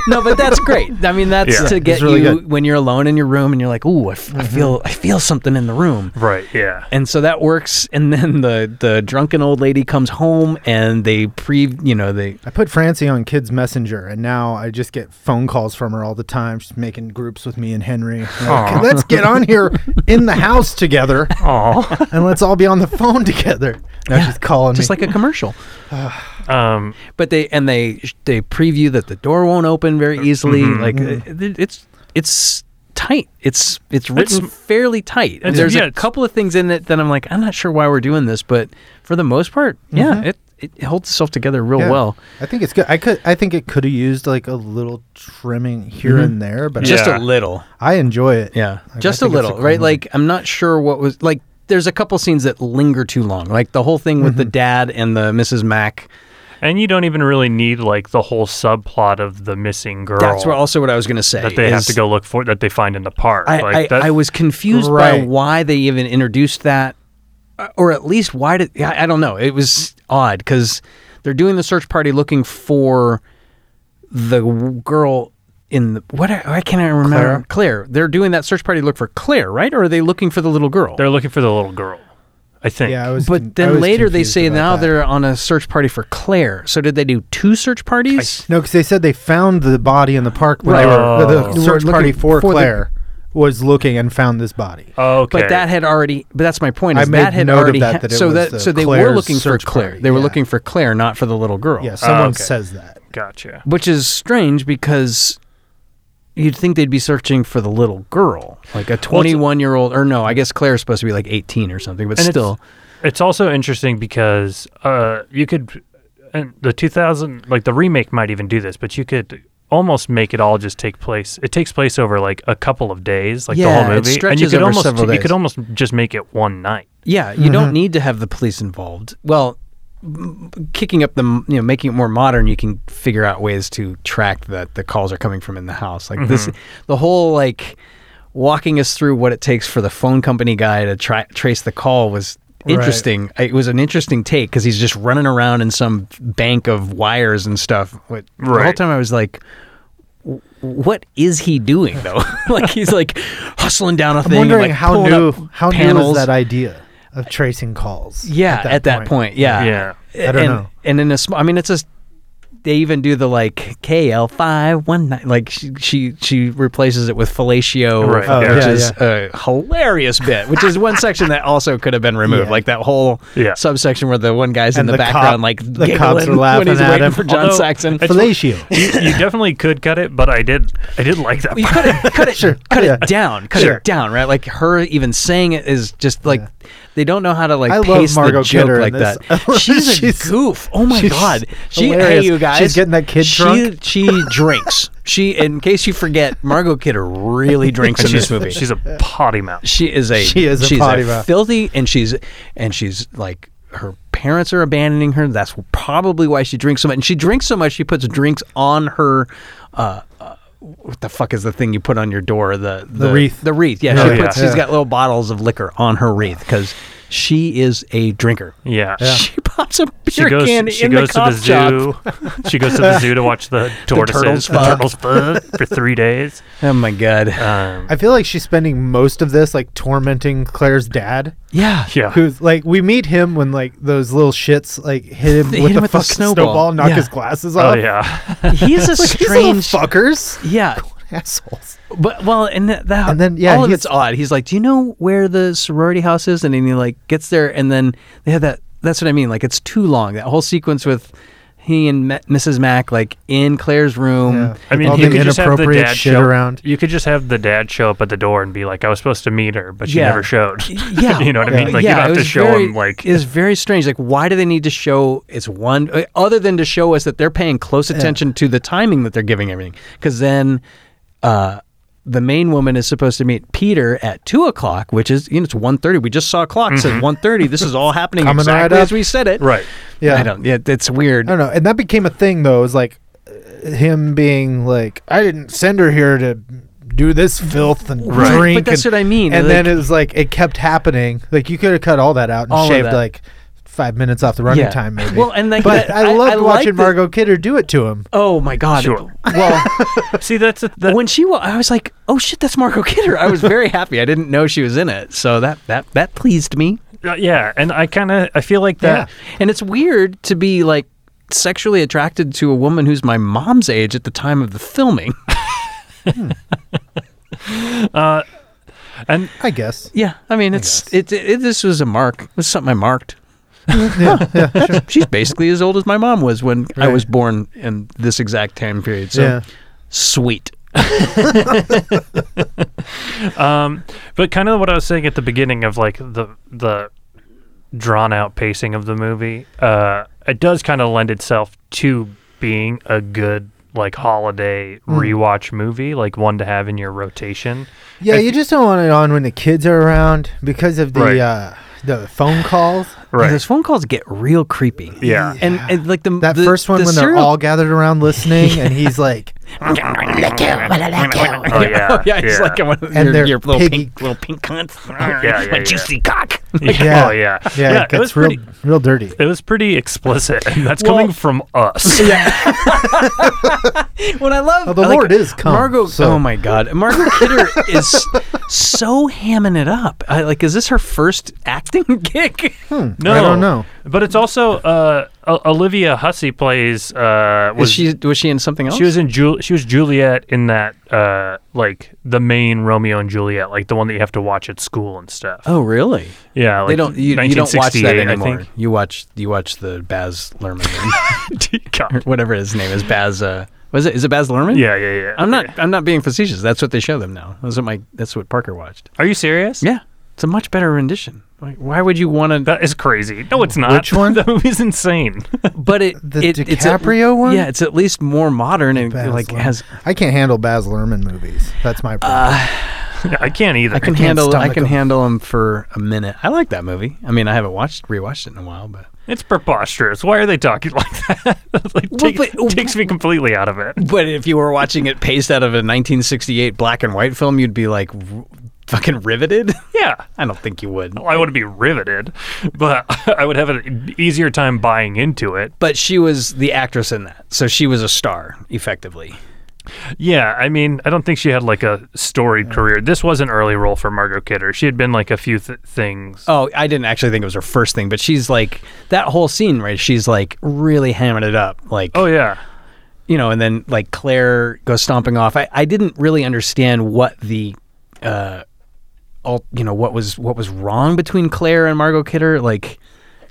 no, but that's great. I mean, that's
Yeah.
to get
It's really
you
good. Mm-hmm.
when you're alone in your room and you're like, "Ooh, I, f- I feel, I feel something in the room."
Right. Yeah.
And so that works. And then the the drunken old lady comes home and they pre, you know, they
I put Francie on Kids Messenger, and now I just get phone calls from her all the time. She's making groups with me and Henry. Like,
Aw.
let's get on here in the house together,
<laughs>
Aw.
and let's all be on the phone together. Now she's calling
just
me.
like a commercial.
um.
but they and they they preview that the door won't open very
Mm-hmm.
easily like
Mm-hmm.
it, it's it's tight it's it's written
It's-
fairly tight and
it's-
there's
yeah,
a
it's-
couple of things in it that i'm like i'm not sure why we're doing this but for the most part yeah it it holds itself together real
Mm-hmm. Yeah.
well
I think it's good. I could. I think it could have used like a little trimming here and there, but
Yeah.
Mm-hmm. just a little
I, I enjoy it.
yeah
Like, I
just a
think it's
little
cool
right
movie.
like i'm not sure what was like there's a couple scenes that linger too long like the whole thing with
Mm-hmm.
the dad and the mrs mac
And you don't even really need like the whole subplot of the missing girl.
that's what also what i was going to say
that they have
is-
to go look for that they find in the park.
I,
like
I,
that,
I was confused by
Right.
why they even introduced that, uh, or at least why did I, I don't know. It was odd because they're doing the search party looking for the w- girl in the what? I- Why can't I remember? Claire. They're doing that search party to look for Claire, right? Or are they looking for the little girl?
they're looking for the little girl. I think.
yeah. I was. con- I
but then
was
later they
confused
say
about
now
that.
they're uh, on a search party for Claire. So did they do two search parties?
No, because they said they found the body in the park when they were the-
Oh.
the
They
search
were
party
looking
for,
for the- Oh.
Claire was looking and found this body.
Okay.
But that had already. But that's my point.
I
Is
made
that had
note of
already.
that,
ha-
that it
so
was
that
the
so they were
Claire's
looking for
search
Claire.
party,
They were
yeah.
looking for Claire, not for the little girl.
Yeah, someone
okay.
says that.
gotcha.
which is strange because you'd think they'd be searching for the little girl, like a 21 year old, or no, I guess Claire's supposed to be like 18 or something, but
And it's-
still,
It's also interesting because uh, you could, and the 2000, like the remake might even do this, but you could almost make it all just take place. It takes place over like a couple of days, like the
Yeah, it
whole movie. and you
stretches
could
over
almost,
several
you could
days.
almost just make it one night.
yeah, you
Mm-hmm.
don't need to have the police involved. Well, m- kicking up the, m- you know, making it more modern, you can
Mm-hmm.
figure out ways to track that the calls are coming from in the house. Like this, the whole like, walking us through what it takes for the phone company guy to try trace the call was interesting. It was an interesting take because he's just running around in some bank of wires and stuff. What- The whole
Right.
time I was like. "W- What is he doing though? <laughs> like he's like hustling down a
I'm
thing. and,
wondering
like,
how
pulling
new
up
how new
panels.
is that idea of tracing calls?
Yeah, at that, point. Yeah.
Yeah.
I don't
and,
know.
And in a sm- I mean, it's just they even do the like KL five one nine. Like she, she she replaces it with fellatio,
Right. Oh,
which
yeah,
is a hilarious bit. Which is one section that also could have been removed.
Yeah.
Like that whole
Yeah.
subsection where the one guy's in
And
the,
the cop-
background, like
the
giggling
cops are laughing
when he's
at
waiting
him.
for John
Although,
Saxon.
it's-
Fellatio.
<laughs>
you, you definitely could cut it, but I did. I did like that.
You
part.
cut it, cut it,
<laughs> Sure.
cut
Yeah.
it down, cut
Sure.
it down, right? Like her even saying it is just like they don't know how to like
I love
pace
Margot
the joke
Kidder in
like
this.
that. She's,
<laughs> She's-
a goof. Oh my
she's
god, she
hilarious.
hey you guys,
She's getting that kid
she,
drunk.
She drinks. She, in case you forget, Margot
<laughs>
Kidder really drinks in this movie.
She's a potty mouth.
she is a
She is a
she's
potty mouth.
filthy, and she's and she's like. Her parents are abandoning her. That's probably why she drinks so much. And she drinks so much, she puts drinks on her uh, what the fuck is the thing you put on your door? The the,
wreath.
The wreath. Yeah,
Oh,
she
yeah.
puts. She's
Yeah.
got little bottles of liquor on her wreath because she is a drinker.
Yeah.
<laughs> She pops a beer
She goes.
can
She
in
goes
the
to the
cop shop.
zoo. <laughs> she goes
<laughs>
to the zoo to watch the tortoises,
turtles
the turtles, fuck for three days.
Oh my god.
Um,
I feel like she's spending most of this like tormenting Claire's dad.
yeah.
yeah.
Who's like we meet him when like those little shits like hit him
<laughs> Hit
with,
him
the
with the
fucking snowball,
snowball.
knock
Yeah.
his glasses
Oh
off.
yeah.
He's
<laughs>
a
Like, these little
strange. <laughs>
fuckers,
Yeah.
assholes.
But well, and that, that
And then, yeah,
all of
he's-
it's odd. He's like, "Do you know where the sorority house is?" And then he like gets there, and then they have that. That's what I mean. Like it's too long. That whole sequence with he and Ma- Mrs. Mack like in Claire's room.
Yeah.
I mean,
All
you
the
could just have the
inappropriate
dad
shit
show
around.
You could just have the dad show up at the door and be like, "I was supposed to meet her, but she
Yeah.
never showed." <laughs>
Yeah,
you know what I mean? Like you
yeah,
don't
it
have to
was
show
very-
him like.
it was very strange. Like, why do they need to show it's one uh, other than to show us that they're paying close attention to the timing that they're giving everything? Because then, uh, the main woman is supposed to meet Peter at two o'clock, which is you know it's one thirty. We just saw a clock
Mm-hmm.
says one thirty. This is all
<laughs>
happening
Coming right
exactly
up.
as we said it.
Right.
Yeah.
I don't. Yeah, it's weird.
I don't know. And that became a thing though. Is like uh, him being like, I didn't send her here to do this filth and
Right. But
drink.
that's
and-
what I mean,
And then
like-
it was like it kept happening. Like you could have cut all that out and
All of
shaved
that.
like five minutes off the running
Yeah.
time maybe.
Well, and, like,
but
that-
I
I-
loved
I liked
watching
that-
Margot Kidder do it to him.
Oh my god.
Sure.
Well.
See, that's a, that,
when she wa- I was like, "Oh shit, that's Marco Kidder." I was very happy. I didn't know she was in it, so that that that pleased me.
uh, yeah, and I kind of I feel like that.
And it's weird to be like sexually attracted to a woman who's my mom's age at the time of the filming. <laughs>
And
<laughs> I guess.
Yeah, I mean, it's it, it. This was a mark. It was something I marked. <laughs>
Yeah. yeah.
She's basically as old as my mom was when I
Right.
was born in this exact time period. So
Yeah.
sweet.
Um, but kind of what I was saying at the beginning of like the the drawn out pacing of the movie, uh, it does kind of lend itself to being a good like holiday rewatch movie, like one to have in your rotation.
Yeah,
If-
you just don't want it on when the kids are around because of the
Right.
uh the phone calls.
Right.
Those phone calls get real creepy.
Yeah.
<laughs> And, and like Um, the
That
the-
first one
the
when they're
serial- <laughs>
all gathered around listening and he's like
oh yeah.
yeah, it's like one of
And
your,
they're
your little
piggy-
pink little pink cunts.
<laughs> yeah, yeah.
my juicy cock.
yeah. Oh yeah.
Yeah, it
it was
gets real
pretty.
real dirty.
It was pretty explicit. <laughs> and That's
Well-
coming from us.
When I love
Oh, the
I like,
Lord is come,
Margot,
so-
oh my God, Margot Kidder is so hamming it up. I, like, is this her first acting <laughs> gig?
No,
I don't know.
But it's also uh, O- Olivia Hussey plays. Uh, was
Was she was she in something else?
She was in Jul- she was Juliet in that uh like the main Romeo and Juliet, like the one that you have to watch at school and stuff.
Oh, really?
yeah, like
they don't you, you don't watch that
1968,
anymore.
I think.
You watch you watch the Baz
<laughs>
Luhrmann, or <laughs> whatever his name is. Baz, uh, was it? Is it Baz Luhrmann?
Yeah, yeah, yeah.
I'm not. I'm not being facetious. That's what they show them now. That's what my. That's what Parker watched.
Are you serious?
Yeah, it's a much better rendition. Like, why would you want to?
That is crazy. No, it's not.
Which one?
<laughs> that
<laughs>
movie's insane.
but it
<laughs> The
it, it's at-
DiCaprio one?
Yeah, it's at least more modern and
Baz
like
Luhrmann.
has. Uh,
I can't handle Baz Luhrmann movies. That's my problem.
I can't either.
I can
can't
handle. I
stomach
can
'em.
handle them for a minute. I like that movie. I mean, I haven't watched rewatched it in a while, but
It's preposterous. Why are they talking <laughs> like that? like, take-
but- oh,
takes me completely out of it.
But if you were watching it paced out of a 1968 black and white film, you'd be like r- fucking riveted. <laughs>
Yeah.
I don't think you would.
Well, I would be riveted, but <laughs> I would have an easier time buying into it.
But she was the actress in that, so she was a star effectively.
Yeah, I mean, I don't think she had like a storied career. This was an early role for Margot Kidder. She had been like a few th- things.
Oh, I didn't actually think it was her first thing, but she's like that whole scene right. she's like really hamming it up, like
Oh yeah,
you know, and then like Claire goes stomping off. I, I didn't really understand what the uh all you know, what was what was wrong between Claire and Margot Kidder. Like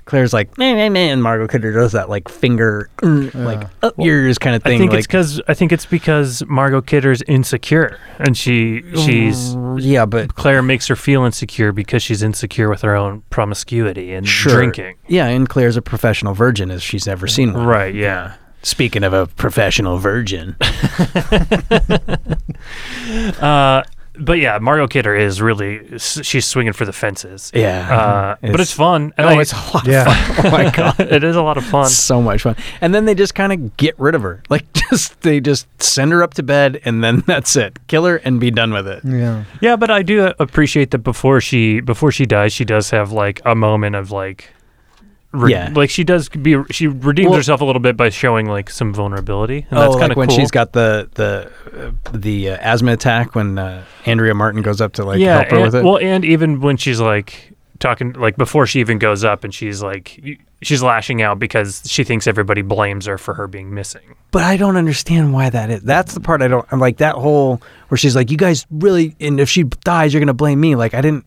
Claire's like man, man, man, and Margot Kidder does that like finger mm, like up yours kind of
I
thing.
think
like,
it's because I think it's because Margot Kidder's insecure, and she she's
yeah, but
Claire makes her feel insecure because she's insecure with her own promiscuity and
sure.
drinking.
Yeah, and Claire's a professional virgin as she's never seen one.
Right? Yeah.
Speaking of a professional
<laughs>
virgin.
Uh, but yeah, Margot Kidder is really s- she's swinging for the fences.
Yeah.
Uh, but it's fun. and
Oh,
I-
it's a lot
Yeah.
of fun. Oh
<laughs>
my god.
it is a lot
<laughs>
of fun.
so much fun. And then they just kind of get rid of her. <laughs> Like just they just send her up to bed and then <laughs> that's it. Kill her and be done with it.
Yeah.
Yeah, but I do appreciate that before she before she dies, she does have like a moment of like, re-
Yeah.
like she does be she redeems
Well-
herself a little bit by showing like some vulnerability, and
oh,
that's kind
like
of
when
cool.
she's got the the uh, the uh, asthma attack when uh, Andrea Martin goes up to like
yeah,
help her
and-
with it.
well, and even when she's like talking like before she even goes up, and she's like y- she's lashing out because she thinks everybody blames her for her being missing.
but I don't understand why that is. That's the part I don't. I'm like that whole where she's like, "You guys really," and if she dies, you're gonna blame me. Like I didn't,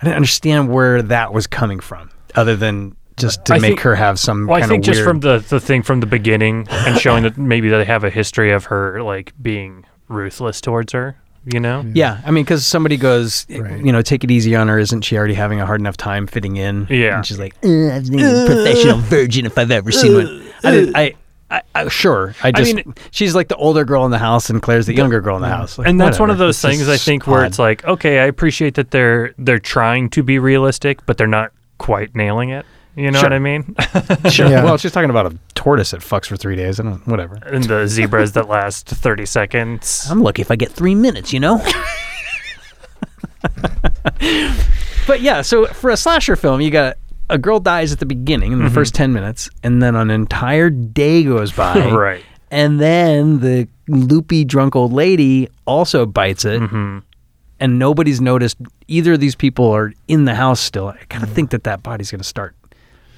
I didn't understand where that was coming from, other than just to
I
make
think-
her have some.
Well, I
kind
think
of
just
weird,
from the the thing from the beginning and showing that maybe they have a history of her like being ruthless towards her. You know.
Yeah, I mean, because somebody goes, eh, you know, take it easy on her. Isn't she already having a hard enough time fitting in?
Yeah.
and she's like, "Ugh, I've been a professional virgin if I've ever seen one. I, did, I, I, I, sure. I just,
mean-
she's like the older girl in the house, and Claire's the younger girl in the house. Like,
and that's one of
whatever.
those
It's
things
just
I think where it's
odd.
like, okay, I appreciate that they're they're trying to be realistic, but they're not quite nailing it. You know
Sure.
what
<laughs>
I mean?
sure.
Yeah.
Well, she's talking about a tortoise that fucks for three days. I don't, whatever.
and the zebras that last thirty seconds.
I'm lucky if I get three minutes, you
<laughs>
know. but yeah, so for a slasher film, you got a girl dies at the beginning
Mm-hmm.
in the first ten minutes, and then an entire day goes by,
<laughs> Right.
And then the loopy drunk old lady also bites it,
Mm-hmm.
and nobody's noticed either of these people are in the house still. I
Mm.
kind of think that that body's going to start.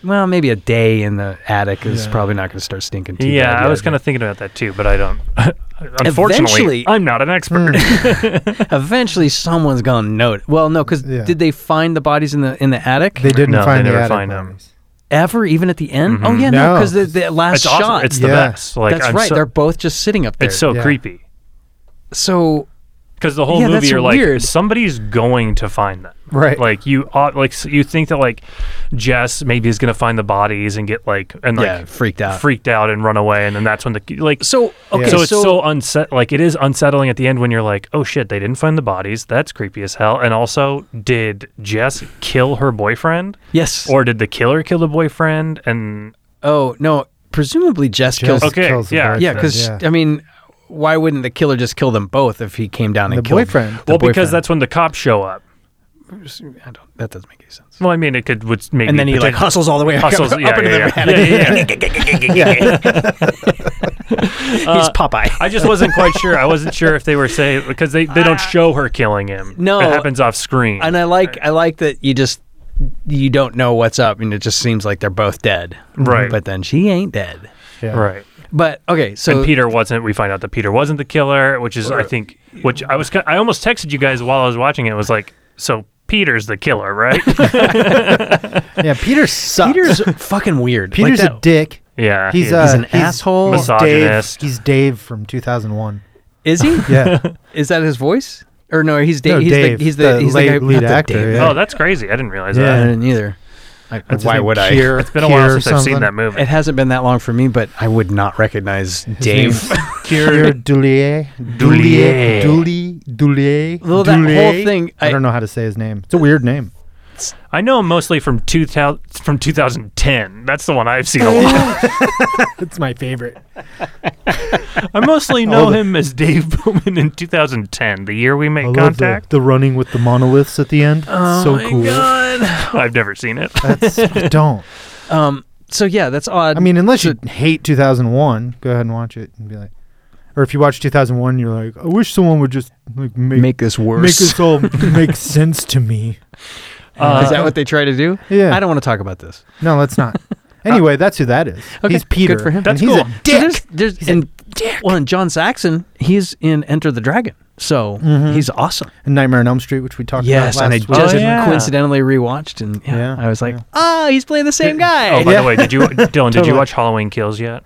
Well, maybe a day in the attic is probably not going to start stinking too
Yeah,
bad
I
yet,
was
but-
kind of thinking about that too, but I don't. <laughs> Unfortunately,
Eventually- mm,
I'm not an expert.
<laughs> Eventually, someone's gonna note. Well, no, because
Yeah.
did they find the bodies in the in the attic
They didn't
No, they
find the
never
attic
find 'em.
bodies.
ever, even at the end? Oh yeah, no,
No.
because the, the last
<laughs> Mm-hmm. it's
shot.
awesome. It's the
Yeah.
best. Like
that's
I'm
right.
So,
they're both just sitting up there.
it's so
Yeah.
creepy
so
because the whole
Yeah,
movie
that's
you're like
weird.
somebody's going to find them.
Right.
Like you ought like s- you think that like Jess maybe is gonna find the bodies and get like and like
yeah, freaked out.
freaked out and run away and then that's when the like
so okay,
Yeah.
so it's so unset like it is unsettling at the end when you're like oh shit they didn't find the bodies that's creepy as hell and also did jess kill her boyfriend
yes
or did the killer kill the boyfriend and
oh no, presumably Jess, kills.
Just
Okay,
kills the
yeah.
boyfriend,
Yeah, because
yeah.
I mean, why wouldn't the killer just kill them both if he came down
The
and killed
boyfriend.
the
well because
boyfriend?
that's when the cops show up
I don't, that doesn't make any sense.
well i mean it could would maybe
And then he like
potent-
hustles all the way <laughs> up-
hustles
up,
yeah,
into
yeah,
the
yeah. yeah, yeah, yeah.
<laughs>
<laughs> He's Popeye.
I just wasn't quite sure. I wasn't sure if they were saying because
<laughs>
they, they don't show her killing him.
Uh, No.
it happens off screen.
and I like I like that you just you don't know what's up, and it just seems like they're both dead.
Right.
But then she ain't dead.
Yeah.
right.
But okay, so
and Peter wasn't. We find out that Peter wasn't the killer, which is I think which I was. ki- I almost texted you guys while I was watching it. it was like, so Peter's the killer, <laughs> right?
Yeah, Peter sucks.
Peter's <laughs> fucking weird. Like
Peter's a
that-
dick.
yeah,
He's,
he-
uh,
He's an asshole.
He's
Misogynist.
Dave, he's Dave from
<laughs>
2001.
is he?
<laughs> Yeah.
Is that his voice? Or no, he's Dave.
No,
he's
Dave,
the he's the,
the
he's
late
the guy,
lead
not the
actor,
Dave.
yeah.
oh, that's crazy. I didn't realize
Yeah.
I
that.
didn't either. I,
What's his
why
name?
would I?
Kier-
It's been a while
Kier
since I've seen
something.
that movie.
It hasn't been that long for me, but I would not recognize
<laughs>
Dave.
Kier Dulier.
Dulier.
Dulier. Dulier.
Well, that whole thing-
I,
I-
don't know how to say his name. It's a weird name.
That's
I know him mostly from two thousand from 2010. That's the one I've seen a lot.
It's my favorite.
<laughs> I mostly know him as Dave Bowman in 2010, the year we make contact.
the, the running with the monoliths at the end.
Oh
so cool.
I've never seen <laughs> it.
<laughs>
That's, I don't.
um. So yeah, that's odd.
I mean, unless you hate 2001, go ahead and watch it and be like, or if you watch 2001, you're like, I wish someone would just like make
make this worse.
make
<laughs>
this all make sense to me.
Is that what they try to do?
uh, Yeah.
I don't want to talk about this.
No, let's
<laughs>
not. Anyway, that's who that is.
Uh, Okay,
He's Peter.
Good for him.
and
That's
he's
cool.
a
So there's, there's, and, Well, and John Saxon, he's in Enter the Dragon, so he's awesome.
And Nightmare on Elm Street, which we Mm-hmm. talked
Yes,
about
and I
last
just
week.
Oh, yeah.
coincidentally rewatched, and yeah,
Yeah,
I was like,
yeah.
ah, he's playing the same guy.
Oh, by
Yeah.
the way, did you <laughs> Dylan? Did
Totally.
you watch Halloween Kills yet?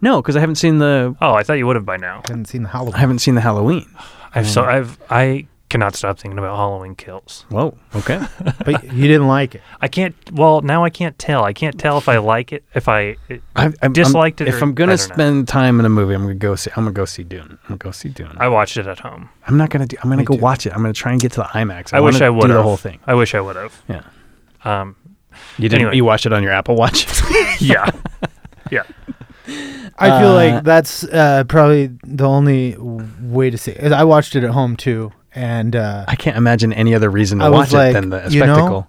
No, because I haven't seen the
Oh, I thought you would have by now.
I haven't seen the
I
Halloween.
haven't seen the Halloween.
I've
Mm.
so I've I cannot stop thinking about Halloween Kills.
Whoa, <laughs> okay.
but you didn't like it.
I can't. Well, now I can't tell. I can't tell if I like it. If I it,
I, I
Disliked it
If
or-
I'm gonna
I don't know.
spend time in a movie, I'm gonna go see. I'm gonna go see Dune. I'm gonna go see Dune. I,
I watched it at home.
am not gonna do. I'm gonna
Me
go
too.
watch it. I'm gonna try and get to the IMAX.
I, wish
wanna
I would
do
have
the whole thing.
I wish I would have.
Yeah, <laughs>
Um,
you didn't.
Anyway.
You watched it on your Apple Watch.
yeah, yeah.
<laughs> I feel
Uh,
like that's uh, probably the only w- way to see it. I watched it at home too, and uh,
I can't imagine any other reason to
I
watch
was
it
like,
than the
you know,
spectacle.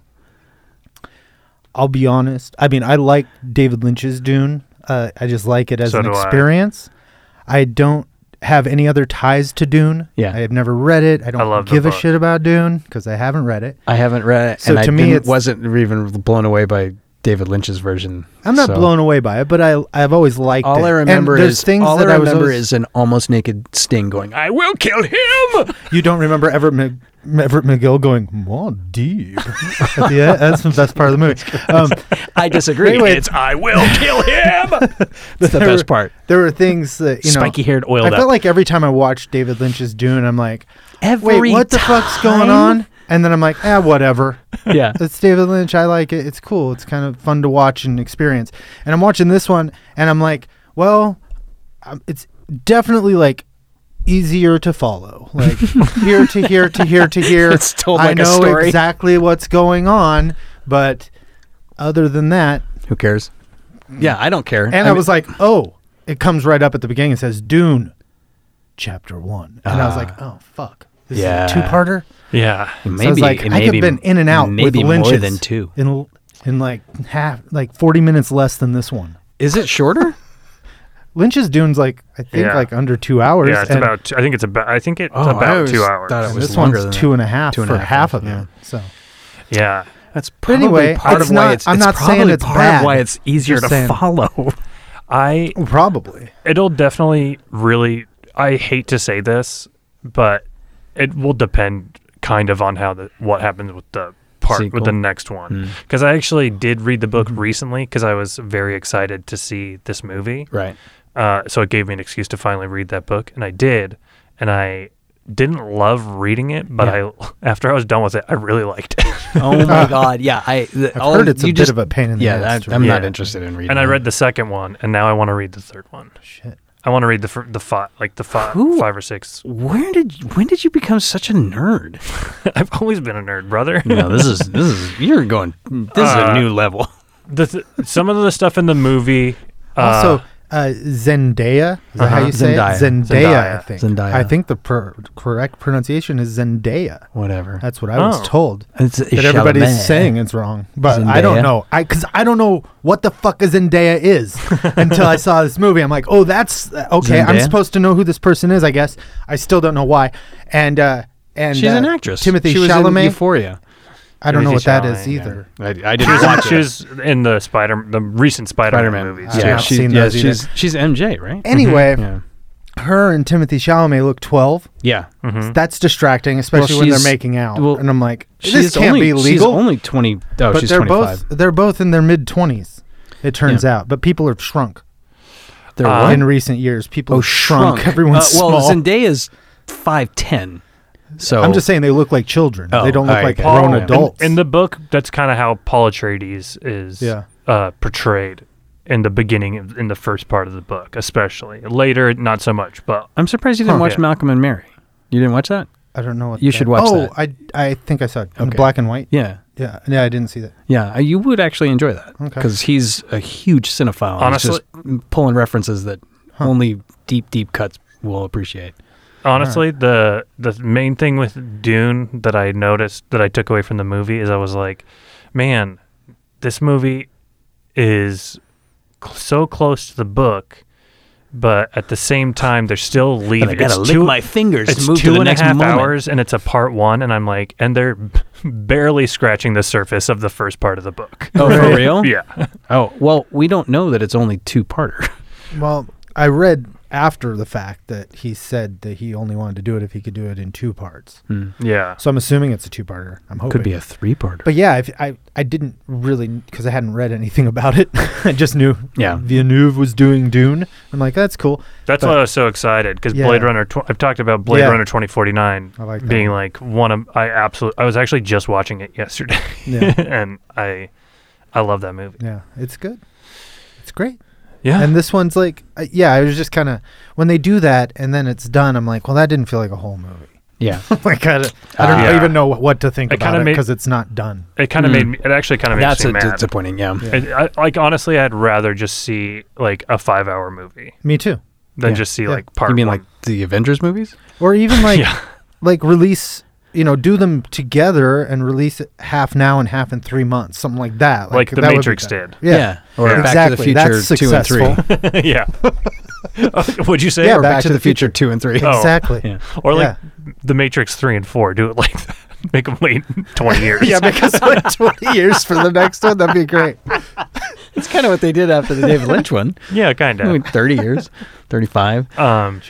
I'll be honest. I mean, I like David Lynch's Dune. Uh, I just like it as
So
an
do I.
experience. I. don't have any other ties to Dune.
Yeah.
I have never read it. I don't
love the
give a
book.
shit about Dune because I haven't read it.
I haven't read it,
So
and I
to me,
didn't-
it's-
wasn't even blown away by David Lynch's version.
I'm not
so-
blown away by it, but I I've always liked it.
All I
And
remember
there's
is
things
all
that
I
was
remember
always-
is an almost naked Sting going, "I will kill him."
you don't remember Everett Mc, Everett McGill going Deep. yeah, that's the best part of the movie. Um,
I disagree.
Anyway.
It's I will kill
<laughs>
him. That's
there
the
were-
best part.
There were things that you know.
Spiky haired, oiled
I felt
up.
like every time I watched David Lynch's Dune, I'm like,
Every
wait, what the fuck's going on? And then I'm like, ah, whatever.
<laughs> yeah.
It's David Lynch. I like it. It's cool. It's kind of fun to watch and experience. And I'm watching this one, and I'm like, well, um, it's definitely like easier to follow.
<laughs>
Like here to here to here to here.
It's told
I
like a
know
story.
exactly what's going on, but other than that,
Who cares? Yeah, I don't care.
and I, was like, oh, it comes right up at the beginning. It says Dune, Chapter One, and I was like, oh fuck, this
Ah. Yeah.
is a two-parter.
Yeah.
maybe,
So I was like, I could have been in and out
maybe
with Lynch's
more than two.
in l- in like half, like forty minutes less than this one.
Is it shorter?
Lynch's Dune's like I think
Yeah.
like under two hours.
Yeah, it's
and
about. I think it's about. I think it's
Oh, I
about
always
two
thought
hours.
it was-
this
longer
one's
than
two and a half
Two and a
for
half,
half, of
yeah.
it. So
yeah,
That's probably
probably anyway,
part
part
of
of it's
why
why not-
it's.
it's- I'm it's not saying probably it's
part
part of bad.
of why it's easier
Just
to
to saying.
follow.
I
probably
it'll definitely really. I hate to say this, but it will depend kind of on how the what happens with the
Sequel.
part
Hmm. Mm-hmm.
with the next one. Because I actually did read the book recently because I was very excited to see this movie.
<laughs> Right.
Uh, so it gave me an excuse to finally read that book, and I did, and I didn't love reading it, but I <laughs> after I was done with it, I really liked it.
Oh
<laughs>
my god. Yeah. I. The,
I've
all
heard it's a
you
bit
just-
of a pain in the
Yeah.
ass
that-
to
I'm
read.
not
Yeah.
interested in reading.
and I
that.
read the second one, and now I want to read the third one.
shit.
I want to read the fir- the fi- like the fi-
Who-
five or six. <laughs>
Where did when did you become such a nerd?
I've always been a nerd, brother.
No, this is this is you're going. This is a
Uh,
new level.
the th- some of the stuff in the movie. Uh,
Also, uh, Zendaya. Is that how
Uh-huh.
you say
Zendaya.
it? Zendaya, I
Zendaya.
think.
Zendaya.
I think the per- correct pronunciation is Zendaya.
Whatever.
That's what I was
Oh.
told.
It's- it's
that everybody's
Chalamet.
saying it's wrong, but I
Zendaya.
don't know. I because I don't know what the fuck a Zendaya
<laughs>
is until I saw this movie. I'm like, oh, that's uh, okay. I'm
Zendaya?
supposed to know who this person is. I guess I still don't know why. And uh, and
She's
uh,
an actress.
Timothy
she was in
Chalamet.
Euphoria.
I don't know what
Timothy
that is
Chalamet, yeah.
either.
I, I didn't watch it.
she's in the Spider the recent Spider Man
Spider-Man.
movies.
Yeah.
too.
I've
she's,
seen
yeah,
those either.
she's she's MJ, right?
Anyway,
Yeah.
her and Timothy Chalamet look 12.
Yeah. mm-hmm.
That's distracting, especially when
she's-
they're making out.
well,
and I'm like,
She's
this can't
only,
be
She's
legal.
only 20. Oh,
but
she's
they're
25.
both they're both in their mid 20s. It turns out, but people have shrunk
they're
Uh,
what?
in recent years. People
Oh,
have shrunk.
shrunk.
Everyone's
uh, well,
small.
Zendaya's 5'10. So
I'm just saying they look like children.
Oh,
they don't
I
look like
get it.
grown
Oh, and-
adults.
In the book, that's kind of how Paul Atreides is
Yeah.
uh, portrayed in the beginning, of, in the first part of the book, especially. Later, not so much, but
I'm surprised you didn't
Huh.
watch
Yeah.
Malcolm and Mary. You didn't watch that?
I don't know what
you
that-
should watch
Oh,
that.
I I think I saw it in
Okay.
black and white.
Yeah.
Yeah, yeah, I didn't see that.
Yeah, uh, you would actually enjoy that
Okay.
because he's a huge cinephile.
Honestly-
he's just pulling references that only deep, deep cuts will appreciate.
Honestly, the the main thing with Dune that I noticed that I took away from the movie is I was like, man, this movie is cl- so close to the book, but at the same time they're still leaving.
But I gotta
it's
lick
two,
my fingers
it's
to move
two
to the
and a
next
half
moment.
hours, and it's a part one, and I'm like, and they're <laughs> b- barely scratching the surface of the first part of the book.
<laughs> Oh, for <laughs> real?
<laughs> yeah,
Oh, well, we don't know that it's only two parter.
Well, I read after the fact that he said that he only wanted to do it if he could do it in two parts.
yeah.
So I'm assuming it's a two-parter. I'm hoping
<laughs> Could be a three parter.
But yeah, if, I I didn't really because I hadn't read anything <laughs> about it. I just knew
Yeah.
Villeneuve was doing Dune. I'm like, that's cool.
That's
But-
why I was so excited because
Yeah.
Blade Runner. Tw- I've talked about Blade
Yeah.
Runner 2049
I like that
being
one.
like one of I absolutely. I was actually just watching it yesterday,
<laughs>
Yeah.
<laughs> and I I love that movie.
Yeah, it's good. It's great.
Yeah,
And this one's like, uh, yeah, I was just kind of when they do that and then it's done. I'm like, well, that didn't feel like a whole movie. <laughs>
<laughs> Yeah.
like I, don't- I don't
Ah. Yeah.
even know what to think
It
about
kinda
it
made-
because it's not done.
it kind of
Mm.
made me. It actually kind of makes
That's
me
a
mad.
disappointing, yeah.
Yeah.
It- I, like honestly, I'd rather just see like a five-hour movie
Me too.
than
Yeah.
just see
Yeah.
like part.
You mean
one.
like the Avengers movies?
Or
<laughs>
even like
Yeah.
like release, you know, do them together and release it half now and half in three months, something like that.
Like The
that would be
Matrix
better.
did.
Yeah.
Or
Yeah.
Back to the
Exactly.
Future
That's
two and three. <laughs>
successful.
<laughs> yeah? Would you say
Yeah,
or Back,
Back
to,
to
the
the
Future two and three.
Oh.
Exactly.
<laughs> Yeah.
or like
yeah.
The Matrix three and four? Do it like that. <laughs> make them wait 20
<laughs>
years.
yeah, because like 20 years for the next one, that'd be great.
That's kind of what they did after the David Lynch one.
<laughs> yeah, kind
I mean,
of.
30 years, 35.
Um,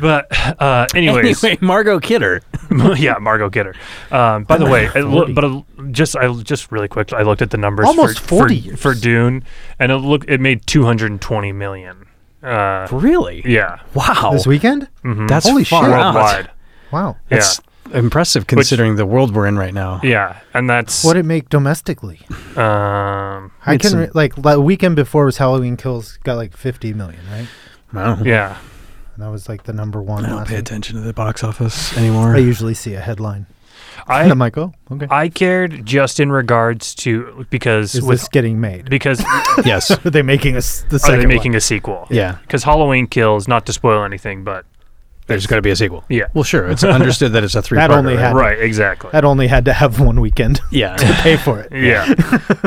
but uh, <laughs> anyways,
Anyway, Margot Kidder.
<laughs> yeah, Margot Kidder. Um, by the way, I lo- but I- just I just really quick, I looked at the numbers
Almost
for,
40
for,
years.
for Dune, and it look it made 220 million. Uh,
Really?
yeah,
Wow.
This weekend?
That's
Holy shit.
far out.
worldwide.
Wow.
Mm-hmm. Yeah,
That's impressive considering the world we're in right now.
yeah, and that's
What it make domestically?
um,
I
It's
can
a-
re- like the weekend before was Halloween Kills got like 50 million, right? Hmm.
Wow.
yeah.
And that was like the number one.
I don't
last
pay
week.
attention to the box office anymore.
I
<laughs>
usually see a headline. and
I
I'm like, oh, okay.
I cared just in regards to because
Is
with
this getting <laughs> made?
because
yes.
Are they making us the
are
second
they making
one?
a sequel?
Yeah.
because Halloween Kills. Not to spoil anything, but
There's got to be a sequel.
Yeah.
Well, sure.
<laughs>
It's understood that it's a three.
only
right?
happened.
right, exactly.
That only had to have one weekend <laughs> to
Yeah.
pay for
<laughs>
it.
Yeah.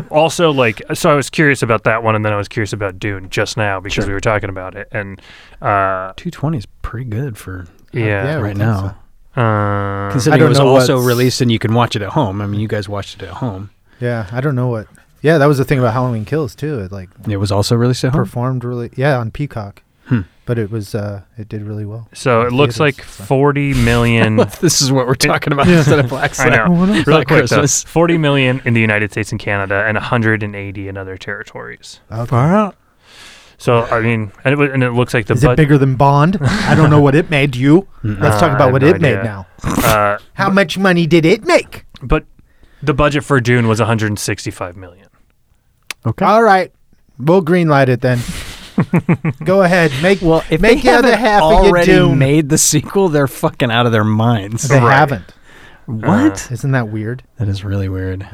<laughs>
also, like, so I was curious about that one, and then I was curious about Dune just now because
Sure.
we were talking about it, and uh,
Two twenty is pretty good for
yeah, I
yeah,
would
right
think
now.
Um,
Considering
don't
it was
know
also
what's-
released and you can watch it at home. I mean, you guys watched it at home.
Yeah, I don't know what. Yeah, that was the thing about Halloween Kills too. It like
Hmm.
It was also released at home.
performed really, yeah, on Peacock.
Hmm.
But it was, uh, it did really well.
so it looks like
Theaters, so.
forty
<laughs>
million.
<laughs> this is what we're talking about instead of Black
I know.
Sabbath. It's
<laughs> Really
not
quick, though,
Christmas.
forty million in the United States and Canada, and hundred and eighty in other territories.
Okay.
Far out.
So I mean, and it, wa- and it looks like the
Is it
bud-
bigger than Bond? I
<laughs>
don't know what it made you. Let's talk
Uh, I
about
have
what
no
it made
idea.
now.
uh,
How much money did it make?
but the budget for Dune was one hundred and sixty-five million.
Okay.
All right, we'll greenlight it <laughs> then. Go ahead, make
well, if
make
they
the other
haven't
half
already
of your doom.
made the sequel, they're fucking out of their minds.
they
Right.
haven't.
what?
Isn't that weird?
That is really weird.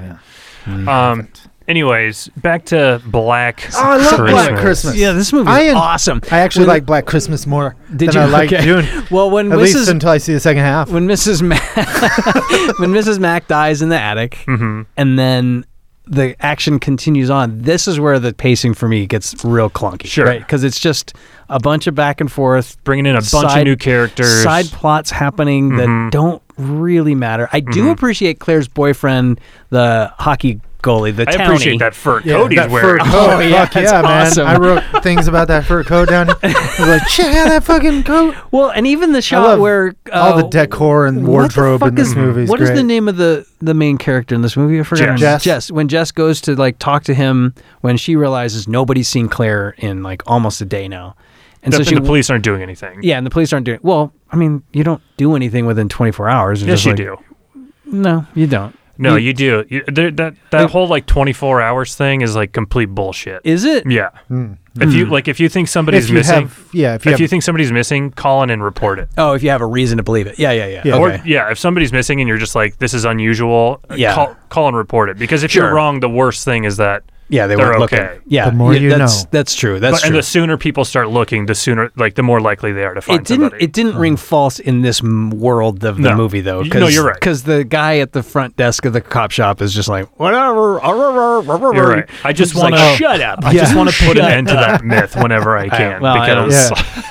Um. Anyways, back to Black.
Oh, I love Black Christmas.
Yeah, this movie
I
is
en-
awesome.
I actually
When-
like Black Christmas more
Did
than
you
I like
Okay.
June.
Well, when
At
this
least
is
until I see the second half.
when Mrs. Mac <laughs> when Mrs. Mac dies in the attic,
Mm-hmm.
and then the action continues on. This is where the pacing for me gets real clunky,
Sure.
Because it's just a bunch of back and forth,
Bringing in a bunch of
side-
new characters.
side plots happening
Mm-hmm.
that don't really matter. I do appreciate Claire's boyfriend, the hockey goalie, the
I
townie.
appreciate that fur Cody's
that
wearing.
Fur
<laughs>
coat.
Oh, yeah,
Fuck
that's
yeah, man.
awesome.
I wrote things about that fur coat
<laughs>
down. I was like, check out that fucking coat.
Well, and even the
I
shot
love
where uh,
all the decor and wardrobe
what the fuck
in this
is,
movie.
What is
great.
the name of the the main character in this movie? I forgot.
Jess.
Jess.
When Jess goes to like talk to him, when she realizes nobody's seen Claire in like almost a day now, and
That's
so she
when the police aren't doing anything.
yeah, and the police aren't doing well. I mean, you don't do anything within 24 hours. You're
Yes,
just
you
like,
do.
No, you don't.
No, you, do. You, there, that that
Like-
whole like 24 hours thing is like complete bullshit.
Is it? Hmm.
yeah. If you like, if you think somebody's
if you
missing,
have, yeah, if you, have,
think somebody's missing, call in and report it.
Oh, if you have a reason to believe it. Yeah, yeah, yeah.
Yeah.
Okay.
Or yeah, if somebody's missing and you're just like, this is unusual, uh,
Yeah.
call call and report it because if
Sure.
you're wrong, the worst thing is that
yeah, they
they're
were
okay.
looking. Yeah,
The more
yeah,
you
that's,
know.
That's true. That's
but, and
true.
the sooner people start looking, the sooner like the more likely they are to find
it didn't.
somebody.
It didn't ring false in this m- world of the
No.
movie, though.
You- no, you're right.
Because the guy at the front desk of the cop shop is just like whatever. You're
You're right. I just want to
shut up.
I just
Yeah.
<laughs>
want to put an
Shut
end to that myth whenever I
<laughs>
can
well, I don't-
because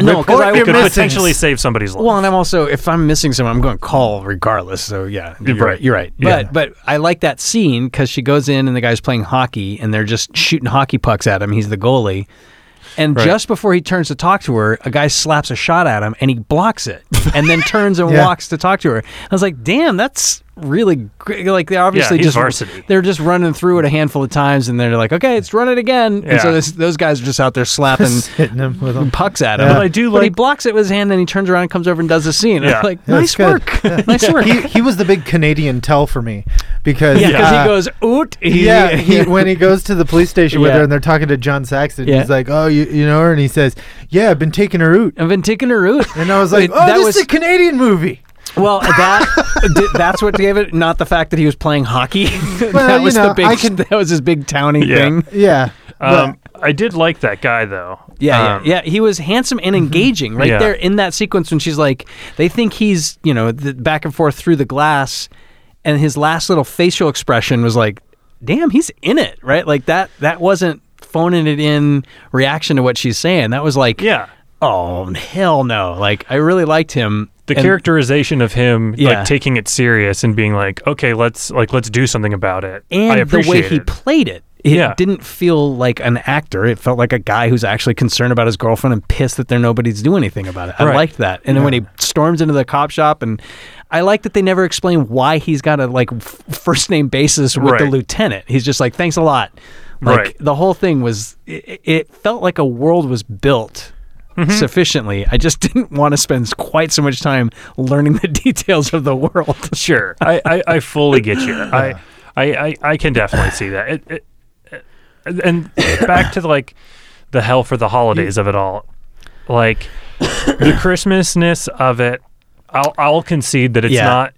no, because I
it could
could
potentially save somebody's life.
Well, and I'm also if I'm missing someone, I'm going to call regardless. So yeah, you're
Right.
right. You're right.
Yeah.
But but I like that scene because she goes in and the guy's playing hockey and they're just shooting hockey pucks at him. He's the goalie, and just before he turns to talk to her, a guy slaps a shot at him and he blocks it and
<laughs>
then turns and
Yeah.
walks to talk to her. I was like, damn, that's really great. like they obviously
he's
just
varsity.
they're just running through it a handful of times and they're like, okay, let's run it again. And
Yeah.
so this, those guys are just out there slapping
hitting him with
<laughs>
them.
pucks at him.
Yeah. But
I do
But he
like-
blocks it with his hand, and he turns around and comes over and does the scene. And
Yeah.
I'm <laughs> like,
Yeah,
nice
it's good.
work, nice work.
he, he was the big Canadian tell for me because
yeah, because
uh,
he goes oot. He,
yeah,
<laughs>
he, when he goes to the police station with
Yeah.
her and they're talking to John Saxon,
Yeah.
he's like, "Oh, you, you know her?" And he says, "Yeah, I've been taking her out."
I've been taking a root.
And I was like,
It-
"Oh,
that
this
was
is a Canadian movie."
<laughs> well. That di- that's what gave it, not the fact that he was playing hockey. <laughs>
Well,
that
you
was
know,
the big.
I can-
<laughs> that was his big towny
Yeah.
thing.
Yeah,
um, I did like that guy though.
Yeah,
Um, mm-hmm.
yeah, yeah. He was handsome and engaging right
Yeah.
there in that sequence when she's like, they think he's, you know, the back and forth through the glass, and his last little facial expression was like, damn, he's in it, right? Like that. That wasn't phoning it in reaction to what she's saying. That was like,
Yeah.
oh hell no. Like I really liked him.
The
and-
characterization of him
Yeah.
like taking it serious and being like, okay, let's like let's do something about it. I
and the way
appreciate
he
it.
played it. It
Yeah.
didn't feel like an actor. It felt like a guy who's actually concerned about his girlfriend and pissed that there nobody's doing anything about it. I
Right.
liked that. And then when he storms into the cop shop, and I like that they never explain why he's got a like f- first name basis with the
Right.
lieutenant. He's just like, thanks a lot. Like
Right.
the whole thing was, it, it felt like a world was built.
Mm-hmm.
Sufficiently, I just didn't want to spend quite so much time learning the <laughs> details of the world.
Sure, I, I, I fully get
<laughs>
you. I, I, I, I can definitely see that. It, it, it- and back to like the hell for the holidays of it all, like
<coughs>
the Christmasness of it. I'll I'll concede that it's
Yeah.
not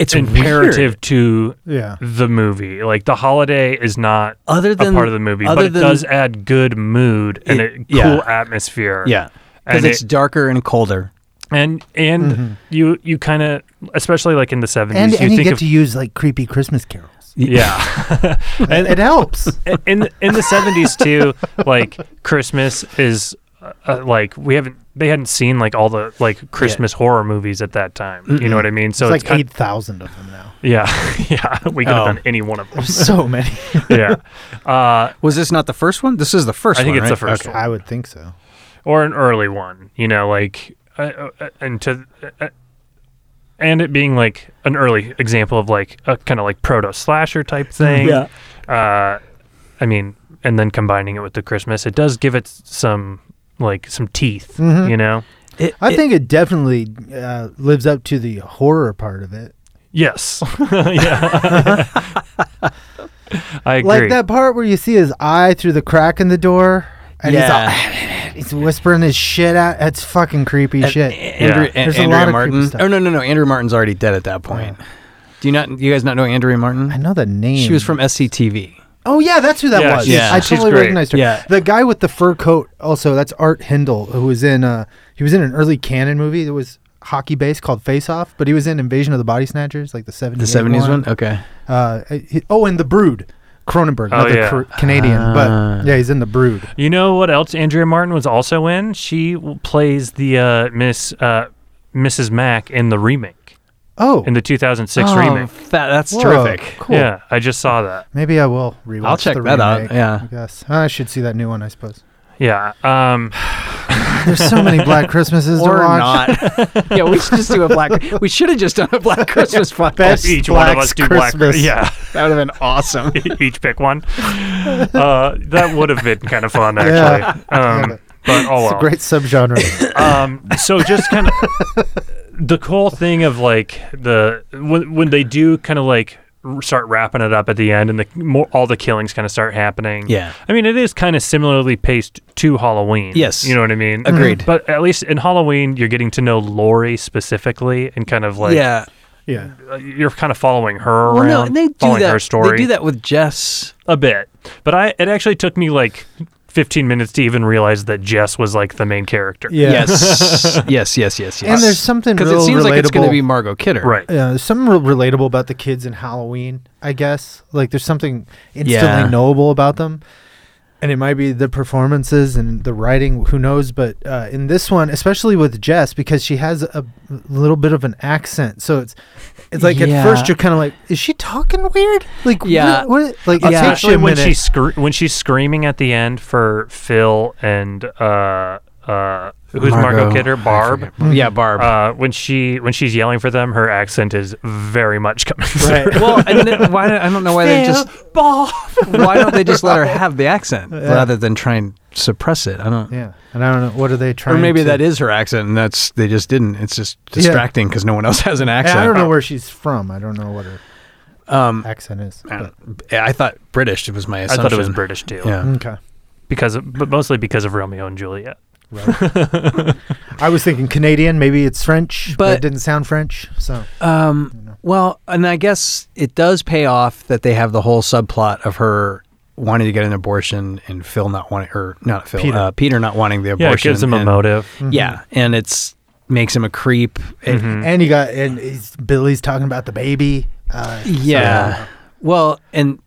It's
imperative
weird.
to
Yeah.
the movie. Like the holiday is not
Other
a
than-
part of the movie,
other
but it
than-
does add good mood and
It-
a
yeah.
cool atmosphere.
Yeah, because
And
it's
it-
darker and
<laughs>
colder.
and and
Mm-hmm.
you you kind of especially like in the seventies,
and
you
and you
think
get
of
to use like creepy Christmas
<laughs>
carols.
yeah.
It helps.
in in the seventies too, like Christmas is uh, uh, like we haven't they hadn't seen like all the like Christmas horror movies at that time. You know what I mean? So
It's
it's,
like
kind-
eight thousand of them now.
<laughs> yeah, <laughs> yeah. We could
Oh.
have done any one of
<laughs>
<laughs>
them.
So many.
yeah, uh,
Was this not the first one? This is the first.
I think
one,
it's the
right?
first one.
I would think so.
or an early one. You know, like uh, uh, uh, and to uh, and it being like an early example of like a kind of like proto slasher type thing.
Yeah.
Uh, I mean, and then combining it with the Christmas, it does give it s- some like some teeth. You know.
It-
I
it-
think it definitely uh, lives up to the horror part of it.
Yes. <laughs> yeah. I agree.
Like that part where you see his eye through the crack in the door, and <laughs>
Yeah.
he's, all, he's whispering his shit out. That's fucking creepy shit.
Andrew,
Yeah.
A-
There's a
Andrea
lot of creepy
Martin.
stuff.
Oh no, no, no. Andrew Martin's already dead at that point. Do you not? Do you guys not know Andrea
I
Martin?
know the name.
She was from SCTV.
Oh yeah, that's who that
Yeah,
was.
she's- Yeah.
I
she's
totally
great.
recognized her.
Yeah.
The guy with the fur coat also, that's Art Hindle, who was in uh he was in an early canon movie that was hockey based called Face Off, but he was in Invasion of the Body Snatchers, like the
The
seventies.
seventies one. Okay.
Uh he- oh and the brood. Cronenberg,
Oh,
not the
yeah.
Cr- Canadian,
Ah.
but yeah, he's in the brood.
you know what else Andrea Martin was also in? She w- plays the uh, Miss uh, Mrs. Mack in the remake,
Oh,
in the 2006
Oh,
remake.
that- that's
whoa,
terrific.
Cool.
Yeah, I just saw that.
Maybe I will rewatch.
I'll check
the
that out,
remake,
yeah.
I guess I should see that new one. I suppose
Yeah.
<laughs>
Um,
there's so many
<laughs>
Black Christmases
Or
to watch. <laughs>
not. yeah, we should just do a black. We should have just done a Black Christmas
Best
podcast.
each one of
Black's
us do <laughs>
Christmas.
black.
That would have been awesome.
Yeah, each
<laughs>
pick one. Uh, that would have been kind of fun,
Yeah.
actually. Um, but oh
It's
well.
a great subgenre. <coughs>
<laughs> um, so
<laughs>
just kind of the cool thing of like the when, when they do kind of like r- start wrapping it up at the end, and the more all the killings kind of start happening.
Yeah.
I mean it is kind of similarly paced to Halloween.
Yes.
you know what I mean.
Agreed.
But at least in Halloween, you're getting to know Lori specifically, and kind of <laughs> like
yeah.
Yeah.
uh, you're kind of following her
Well,
around,
no, and they do
following
that.
her story
They do that with Jess.
a bit. But I it actually took me like 15 minutes to even realize that Jess was like the main character.
Yeah. <laughs>
Yes. yes. Yes. Yes. Yes.
And there's something
because it
real
seems like it's going to
relatable-
be Margot Kidder.
Right.
Yeah, there's something real relatable about the kids in Halloween, I guess. Like there's something instantly
Yeah.
knowable about them. And it might be the performances and the writing, who knows? But uh, in this one, especially with Jess, because she has a little bit of an accent, so it's it's like at
Yeah.
first you're kind of like, is she talking weird? Like
Yeah.
yeah, what, what- like
Yeah.
it takes you
Especially
a
when
minute.
she scre- when she's screaming at the end for Phil and uh uh who's Margot, Kidder,
I
Barb.
Hmm.
forget. Yeah, Barb.
Uh, when she when she's yelling for them, her accent is very much coming
Right.
<laughs>
through.
well, and then why? do- I don't know why they just
<laughs>
ball.
why don't they just let her have the accent rather than try and suppress it? I don't.
yeah, and I don't know what are they trying.
Or maybe
to,
that is her accent, and that's they just didn't. It's just distracting because no one else <laughs> has an
And
accent.
I don't know where she's from. I don't know what her
Um,
accent is. But,
I thought British was my
<laughs> I
assumption.
thought it was British too.
Yeah.
okay.
Because of, but mostly because of Romeo and Juliet.
I was thinking Canadian. Maybe it's French, but
But-
it didn't sound French. So
Um, well, and I guess it does pay off that they have the whole subplot of her wanting to get an abortion and Phil not wanting, or not Phil,
Peter.
Uh, Peter not wanting the abortion.
Yeah, it gives them a
and-
motive.
Yeah, and it's makes him a creep. It-
Mm-hmm.
and you got and he's, Billy's talking about the baby. Uh,
Yeah. Well, and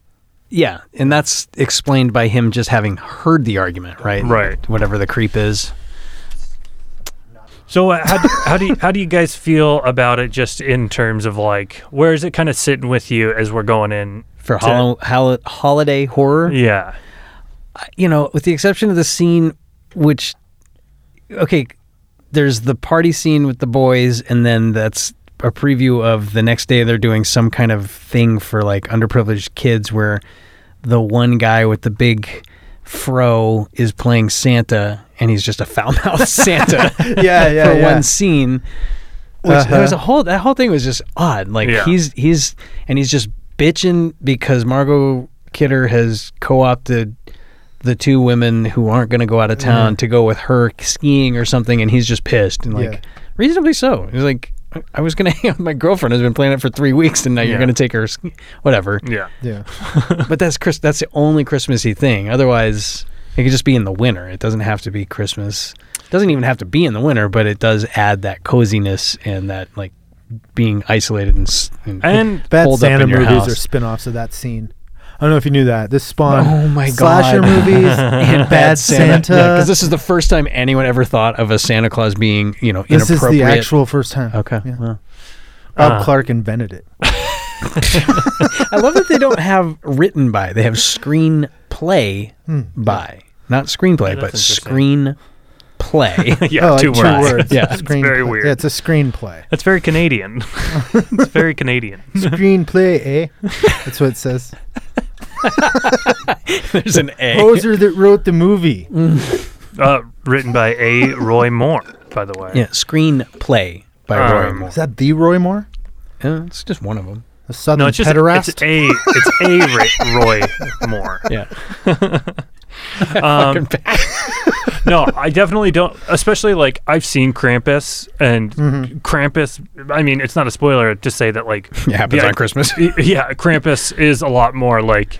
yeah, and that's explained by him just having heard the argument, right?
Right.
Whatever the creep is.
So uh, how, do, how do you, how do you guys feel about it? Just in terms of like, where is it kind of sitting with you as we're going in
For
to-
hol- hol- holiday horror,
Yeah,
you know, with the exception of the scene, which, okay, there's the party scene with the boys, and then that's a preview of the next day they're doing some kind of thing for like underprivileged kids where the one guy with the big fro is playing Santa and he's just a foul
<laughs>
mouthed Santa
yeah, yeah,
<laughs> for
yeah. Uh-huh.
one scene. Which there was a whole that whole thing was just odd. Like
Yeah.
he's he's and he's just bitching because Margot Kidder has co opted the two women who aren't going to go out of town to go with her skiing or something, and he's just pissed and like
Yeah.
reasonably so. He's like, "I- I was going to <laughs> hang out with my girlfriend who's been playing it for three weeks, and now
Yeah.
you're going to take her, ski-"
<laughs>
whatever.
yeah.
yeah.
but that's Chris. That's the only Christmassy thing. Otherwise, it could just be in the winter. It doesn't have to be Christmas. It doesn't even have to be in the winter, but it does add that coziness and that like being isolated and s- and, <laughs>
And
Bad
holed up
Santa
in your
movies
house.
are spin-offs of that scene. I don't know if you knew that. This spawned
Oh my
slasher
God.
movies
<laughs>
and Bad Santa.
because this is the first time anyone ever thought of a Santa Claus being you know
this is
inappropriate.
the actual first time.
okay.
Yeah.
well.
Bob
Uh.
Clark invented it.
I love that they don't have written by; they have screen play
Hmm.
by, not screenplay,
Yeah, that's
but
interesting.
screen play. <laughs>
yeah,
Oh, like
two words.
Yeah.
It's <laughs> screen
very
play.
weird.
Yeah, it's a
<laughs>
screenplay.
That's very Canadian. it's very Canadian.
screenplay, eh? That's what it says.
There's an A.
Poser that wrote the movie.
Mm.
Uh, written by A. Roy Moore, by the way.
Yeah, screen play by Roy
Um,
Moore.
Is that the Roy Moore?
Yeah, it's just one of them.
The Southern
No, it's just
pederast?
it's a it's a Ra- Roy Moore.
Yeah.
Um, no, I definitely don't. Especially like I've seen Krampus and Krampus. I mean, it's not a spoiler to say that like
<laughs> It happens
Yeah.
on Christmas.
Y- yeah, Krampus is a lot more like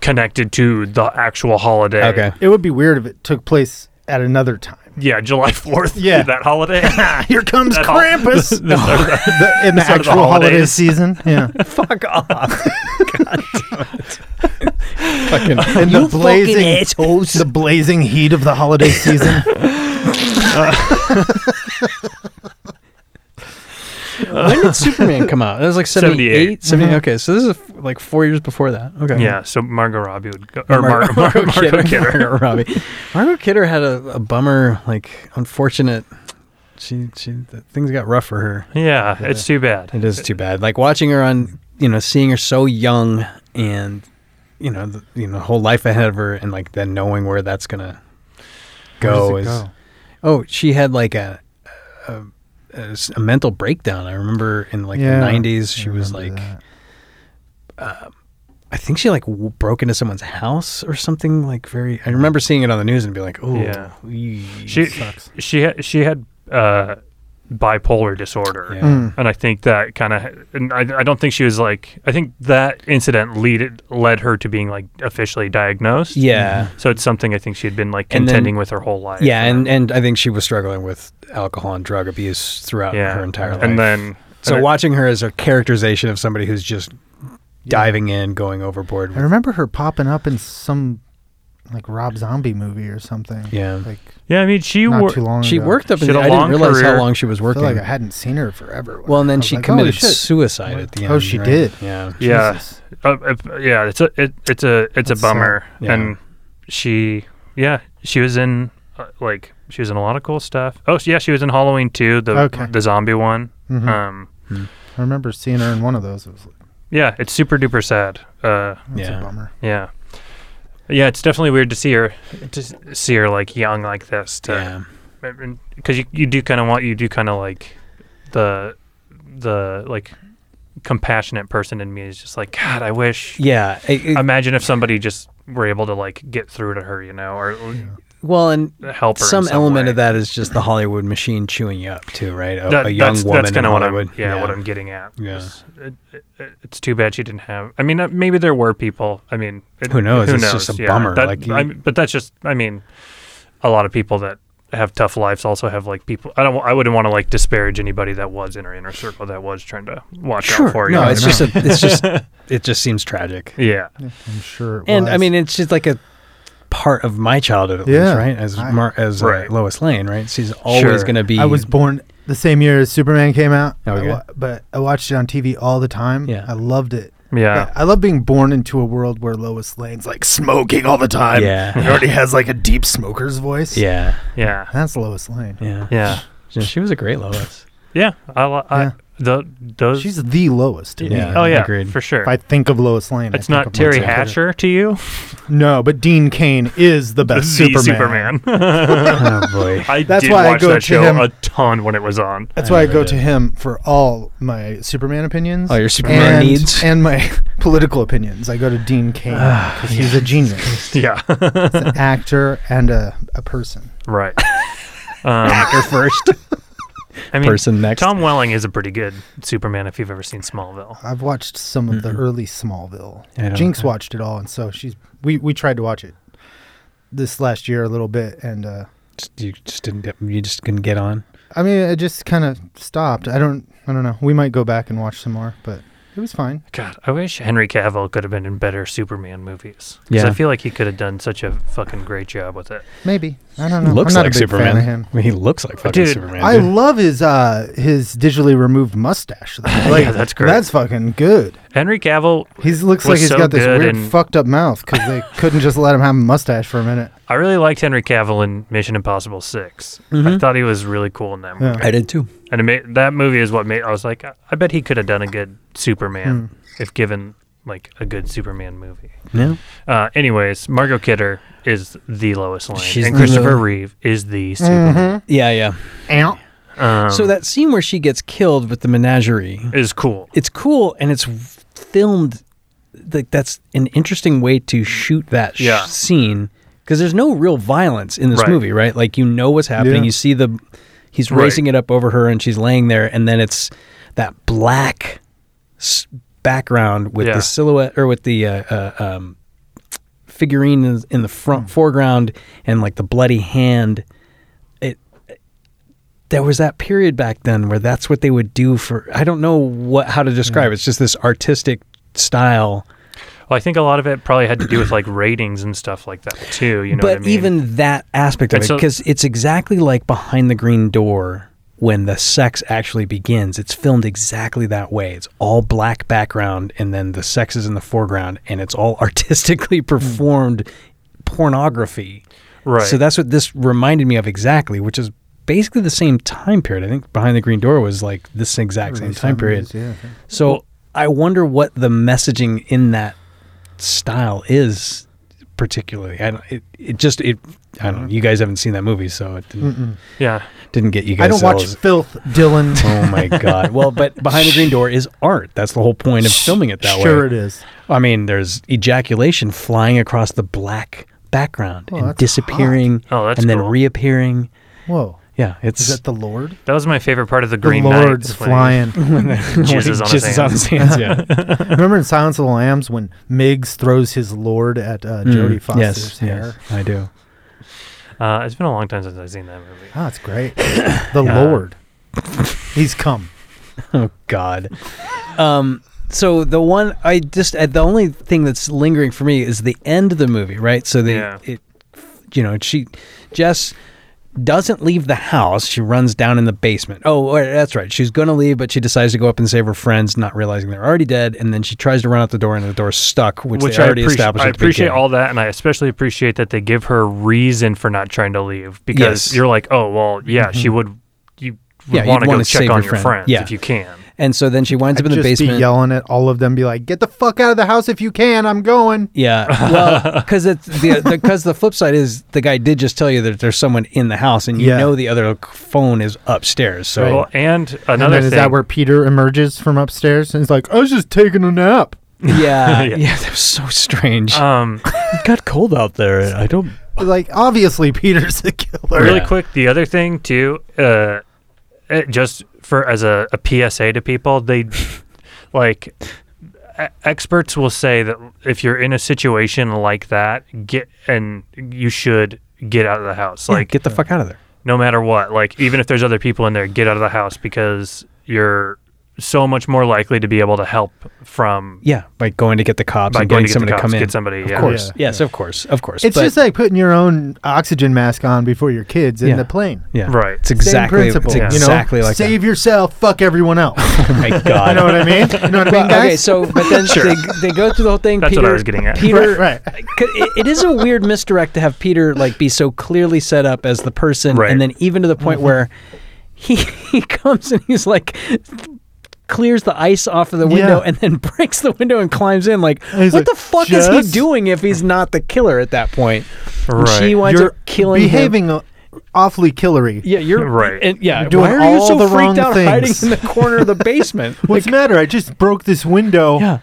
connected to the actual holiday.
<laughs>
<laughs>
Okay.
It would be weird if it took place at another time.
Yeah, July 4th.
Yeah.
<laughs>
<laughs>
That holiday.
Here comes
That all- <laughs>
Krampus The- in the
Sort of the
actual holiday
holidays.
season.
<laughs>
Yeah,
Fuck <laughs> off.
<laughs> fucking in the blazing the blazing heat of the
<laughs>
holiday season.
when did Superman come out? That was like 78?
78.
70, Okay, so this is like four years before that. Okay.
yeah, so Margot Robbie would go. Or Mar- Mar-
<laughs> Margot Kidder.
Margot Kidder.
<laughs> Margot Robbie. Margot Kidder had a, a bummer, like unfortunate. She she th- things got rough for her.
<laughs> Yeah, it's too bad.
It is too bad. Like watching her on, you know, seeing her so young and, you know, the, you know, whole life ahead of her, and like then knowing where that's gonna go
Where does
is.
it
Oh, she had like a a, a s- a mental breakdown. I remember in like
Yeah,
the nineties, she
I
was like
remember that.
I think she like w- broke into someone's house or something like very. I remember seeing it on the news and be like, oh,
Mm-hmm. Yeah.
She,
she she had she had uh, bipolar disorder,
Yeah. Mm.
and I think that kind of I, I don't think she was like I think that incident lead led her to being like officially diagnosed.
yeah,
So it's something I think she had been like
And then-
contending with her whole life.
yeah,
or-
and and I think she was struggling with alcohol and drug abuse throughout
yeah,
her entire life.
and then
so
and it-
watching her as a characterization of somebody who's just diving in, going overboard.
I remember her popping up in some like Rob Zombie movie or something.
Yeah.
like
Yeah, I mean she
not
wor-
too long.
she
ago.
worked up.
She
In the,
had a
I didn't
long
realize how
career.
long she was
I
working.
feel like I hadn't seen her forever.
well, and
I
then
was
she
like,
committed
"Holy shit."
suicide at the end.
Oh, she
right?
did.
Yeah.
Yeah,
Jesus.
uh, uh, yeah. It's a it, it's a it's
That's
a bummer,
sad. Yeah.
and she yeah she was in uh, like she was in a lot of cool stuff. Oh yeah, she was in Halloween too, the
Okay.
the zombie one.
Mhm.
Mm-hmm.
Um,
I remember seeing her in one of those. It was like,
yeah, it's super duper sad. Uh,
that's
Yeah.
a bummer.
yeah, yeah. It's definitely weird to see her to s- see her like young like this. To,
Yeah.
because you you do kind of want you do kind of like the the like compassionate person in me is just like God. I wish
Yeah. it- it-
imagine if somebody just were able to like get through to her, you know, or
well, and
help her. in
some, element
way.
of that is just the Hollywood machine chewing you up too, right? A,
That-
a young
that's,
woman
That's
in
kind of what I'm.
Hollywood.
Yeah, what I'm getting at.
Yeah.
is It, it, it's too bad she didn't have. I mean, uh, maybe there were people. I mean, it-
Who knows?
Who
It's
knows?
just a
yeah.
bummer,
That-
like, you-
I'm- but that's just. I mean, a lot of people that have tough lives also have like people. I don't. I wouldn't want to like disparage anybody that was in her inner circle that was trying to watch out for
Sure.
you.
No,
I
it's
don't
just
<laughs>
a, it's just it just seems tragic.
yeah.
I'm sure. It
And I
was.
mean, it's just like a part of my childhood, at
Yeah.
least, right? As
I-
Mar- as uh,
Right.
Lois Lane, right? She's always
Sure.
going to be. Oh,
I was born the same year as Superman came out. I
Okay.
wa- but I watched it on TV all the time.
Yeah.
I loved it.
Yeah.
I love being born into a world where Lois Lane's like smoking all the time.
Yeah.
And already has like a deep smoker's voice.
Yeah,
Yeah.
That's Lois Lane.
yeah,
Yeah.
She- She was a great
<laughs>
Lois.
Yeah. I, li- I
Yeah.
the those
She's the Lois to
Yeah.
me.
Oh yeah,
Agreed.
for sure.
If I think of Lois Lane, I
it's
think
not
of
Terry
Lois Lane.
Hatcher to you.
No, but Dean Kane is the best
<laughs> The
Superman.
Superman.
oh boy.
I
That's
did
why I
watch
go
that
to
show
him-
a ton when it was <laughs> on.
That's why I
never
go
did.
to him for all my Superman opinions.
All Oh, your Superman
and,
needs. Ah,
and my <laughs> political opinions. I go to Dean Kane because he's a genius,
Yeah,
an <laughs> actor, and a, a person.
<laughs> right. <laughs> Um,
Your first
I mean,
person next.
Tom Welling is a pretty good Superman if you've ever seen Smallville.
I've watched some of the early Smallville.
I don't-
Jinx watched it all, and so she's we we tried to watch it this last year a little bit, and uh,
Just- you just didn't. Get, you just couldn't get on.
I mean it just kind of stopped. I don't I don't know. We might go back and watch some more, but it was fine.
God, I wish Henry Cavill could have been in better Superman movies. 'Cause
Yeah.
I feel like he could have done such a fucking great job with it.
Maybe I don't know.
looks
I'm not
like
a big
Superman.
fan of him.
I mean, he looks like fucking
Dude,
Superman.
I
dude.
love his uh his digitally removed mustache.
<laughs>
though. Like,
that's great.
That's fucking good.
Henry Cavill,
He looks
Was
like he's
so
got this
good
weird
in-
fucked up mouth because they couldn't just let him have a mustache for a minute.
I really liked Henry Cavill in Mission Impossible 6. I
Mhm.
thought he was really cool in that movie.
Yeah.
I did too.
And it made, that movie is what made I was like, I, I bet he could have done a good Superman if given like a good Superman movie.
Yeah.
Uh, anyways, Margot Kidder is the Lois Lane,
She's
and
the-
Christopher Reeve is the Superman.
Yeah, yeah.
Ow.
Um,
so that scene where she gets killed with the menagerie,
is cool.
it's cool and it's filmed like that's an interesting way to shoot that sh-
Yeah.
scene because there's no real violence in this
Right.
movie right like you know what's happening
Yeah.
you see the he's
Right.
raising it up over her and she's laying there and then it's that black s- background with
Yeah.
the silhouette or with the uh, uh, um, figurine in, in the front foreground and like the bloody hand it there was that period back then where that's what they would do for I don't know what how to describe it. it's just this artistic style
Well, I think a lot of it probably had to do with like ratings and stuff like that too. You know,
but
what I mean?
even that aspect of
And
it
so-
because it's exactly like behind the green door when the sex actually begins it's filmed exactly that way it's all black background and then the sex is in the foreground and it's all <laughs> artistically performed pornography
Hmm. right,
So that's what this reminded me of exactly, which is basically the same time period. I think Behind the Green Door was like this exact same time period.
Yeah.
So I wonder what the messaging in that style is particularly. I don't, it, it just it I don't know. You guys haven't seen that movie, so it didn't,
Yeah.
didn't get you guys.
I don't watch <laughs>
all-
filth, Dylan.
Oh my god! Well, but <laughs> behind the green door is art. That's the whole point of filming it that way.
sure it is.
I mean, there's ejaculation flying across the black background and
Oh, that's
disappearing,
hot. Oh, that's
and then
cool.
reappearing.
Whoa.
Yeah, it's
Is that the Lord?
That was my favorite part of the
The
Green Knight
Lord's
is when he <laughs>
flying.
<laughs>
Jizzes on his
jizzes on his
hands.
hands. Yeah.
Remember in Silence of the Lambs when Miggs throws his Lord at uh, <laughs> Jodie
Mm,
Foster's
yes,
hair?
yes, I do.
Uh, it's been a long time since I've seen that movie.
Oh, that's
<coughs>
great. The
Yeah.
Lord. He's come.
<laughs> Oh God. Um. So the one I just uh, the only thing that's lingering for me is the end of the movie, right? So they,
Yeah.
it, you know, she, Jess, doesn't leave the house. She runs down in the basement. Oh, wait, that's right. She's gonna leave, but she decides to go up and save her friends, not realizing they're already dead. And then she tries to run out the door, and the door's stuck, which,
Which
they
I,
already
appreci-
established.
I
at the
appreciate
beginning.
all that, and I especially appreciate that they give her reason for not trying to leave because
Yes. Mm-hmm.
you're like, oh well, yeah, she would. You would
Yeah, you'd
want to go
wanna
check
save
on
your
your
friend.
friends
Yeah.
if you can.
And so then she winds up in the
just
basement.
be yelling at all of them, be like, "Get the fuck out of the house if you can! I'm going."
Yeah,
<laughs>
well, because it's the because the flip side is the guy did just tell you that there's someone in the house, and you
Yeah.
know the other phone is upstairs.
<laughs>
So
Well, and
And
another
then is
thing,
that where Peter emerges from upstairs and he's like, "I was just taking a nap."
yeah,
<laughs>
yeah,
Yeah.
that was so strange.
<laughs>
um,
it got cold out there. I don't.
Like, obviously, Peter's the killer.
really
Yeah.
quick, the other thing too, uh, it just for as a, a PSA to
<laughs>
people, they like e- experts will say that if you're in a situation like that, get and you should get out of the house.
Like,
Like
get the fuck out of there.
no matter what. Like even if there's other people in there, get out of the house because you're so much more likely to be able to help from
Yeah, by going to get the cops
by
and
going
getting
to get
someone
the
to
cops,
come in.
get somebody. yeah.
Of course,
Yeah.
yes, of course, of course.
It's
But-
just like putting your own oxygen mask on before your kids in
Yeah.
the plane.
yeah,
Right.
It's
Same
exactly,
Same principle.
it's
Yeah.
exactly
you know?
like
save yourself, fuck everyone
<laughs>
else.
that. Oh my
<laughs>
god.
you know what I mean? You know what I mean,
Well,
guys?
okay, so but then they, they go through the whole thing.
That's
Peter,
what I was getting at.
Peter,
<laughs> Right,
C- It, it is a weird misdirect to have Peter like be so clearly set up as the person,
Right.
and then even to the point
Mm-hmm.
where he <laughs> he comes and he's like clears the ice off of the window
Yeah.
and then <laughs> breaks the window and climbs in. Like,
And he's
what
like,
the fuck is
"Jess?"
he doing if he's not the killer at that point? And She winds
you're
up killing him.
behaving uh, awfully killery.
Yeah, you're
Right.
And, yeah,
You're doing
why are you
all
so
the
freaked
wrong
out hiding
things.
in the corner of the
<laughs>
basement?
What's the matter? I just broke this window.
Yeah.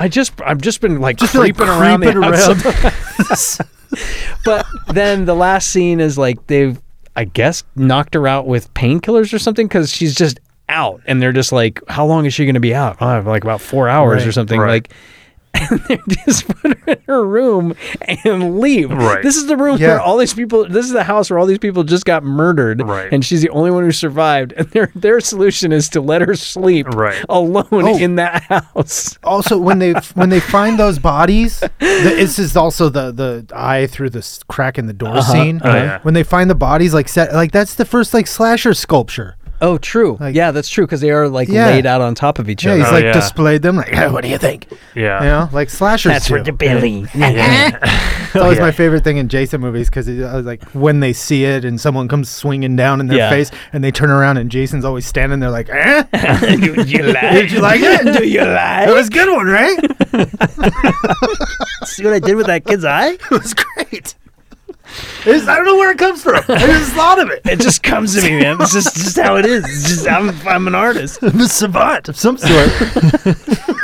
I just I've just been like
Just, like,
creeping around
creeping
the house.
around.
<laughs> but then the last scene is like they've I guess knocked her out with painkillers or something because she's just out and they're just like, how long is she going to be out? Oh, like about four hours or
Right,
something.
right.
Like. <laughs> And they just put her in her room and leave.
Right.
This is the room
Yeah.
where all these people. This is the house where all these people just got murdered,
Right.
and she's the only one who survived. And their their solution is to let her sleep
Right.
alone
Oh.
in that house.
also when
<laughs>
they when they find those bodies the, this is also the the eye through the s- crack in the door
Uh-huh.
scene
Oh, yeah.
when they find the bodies like set like that's the first like slasher sculpture
Oh, true.
Like-
yeah, that's true because they are like
Yeah.
laid out on top of each
yeah
other.
he's like
yeah.
displayed them like <laughs> "Oh, what do you think
Yeah.
you know like slashers
that's
do.
where
<laughs>
the belly.
it's always my favorite thing in jason movies because like when they see it and someone comes swinging down in their
Yeah.
face and they turn around and jason's always standing there like eh?
Do <laughs> you
<laughs>
like?
did you like it
Do you
that
like?
was a good one right <laughs> it
See what I did with that kid's eye?
was great It's- i don't know where it comes from i just thought of it
It just comes to me, man. It's just, just how it is. It's just I'm, I'm an artist.
I'm a savant of some sort.
<laughs>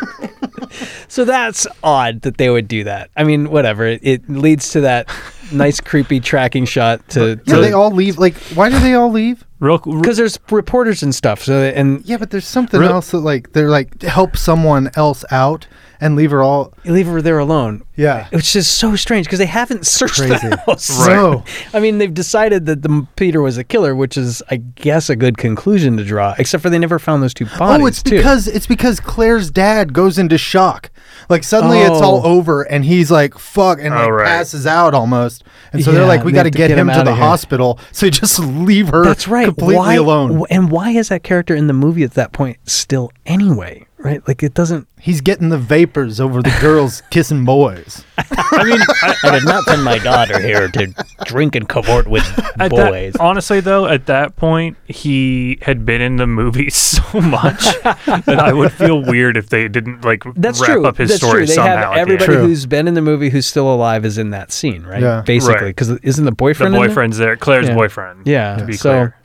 So that's odd that they would do that. I mean, whatever. It, it leads to that nice, creepy tracking shot to.
yeah, they all leave. Like, why do they all leave?
Real, <laughs> real
because there's reporters and stuff. So they- and
Yeah, but there's something
Re-
else that like they're like help someone else out and leave her all.
you leave her there alone.
Yeah,
Which is so strange because they haven't searched
Crazy.
the house.
<laughs> Right.
No.
I mean, they've decided that the Peter was a killer, which is, I guess, a good conclusion to draw. Except for they never found those two bodies.
Oh, it's
too.
because it's because Claire's dad goes into shock. Like suddenly it's all
Oh.
over and he's like fuck and like
Oh, right.
passes out almost. And so they're
Yeah,
like, we
they
got to
have to
get,
get
him
him
to
outta
the
here.
hospital. <laughs> So just leave her.
that's right.
completely
why,
alone.
w- And why is that character in the movie at that point still anyway? right? Like it doesn't.
He's getting the vapors over the
<laughs>
girls kissing boys.
I mean, I, did not send my daughter here to drink and cavort with
At that-
boys.
honestly, though, at that point, he had been in the movie <laughs> so much that I would feel weird if they didn't like
That's
wrap
true.
up his
That's
story
true. They
somehow.
have
at the end.
everybody
True.
who's been in the movie who's still alive is in that scene, right?
Yeah.
Basically,
Right.
because isn't the
The
boyfriend? in there?
boyfriend's there, Claire's
Yeah.
boyfriend.
Yeah,
to be
so-
Claire.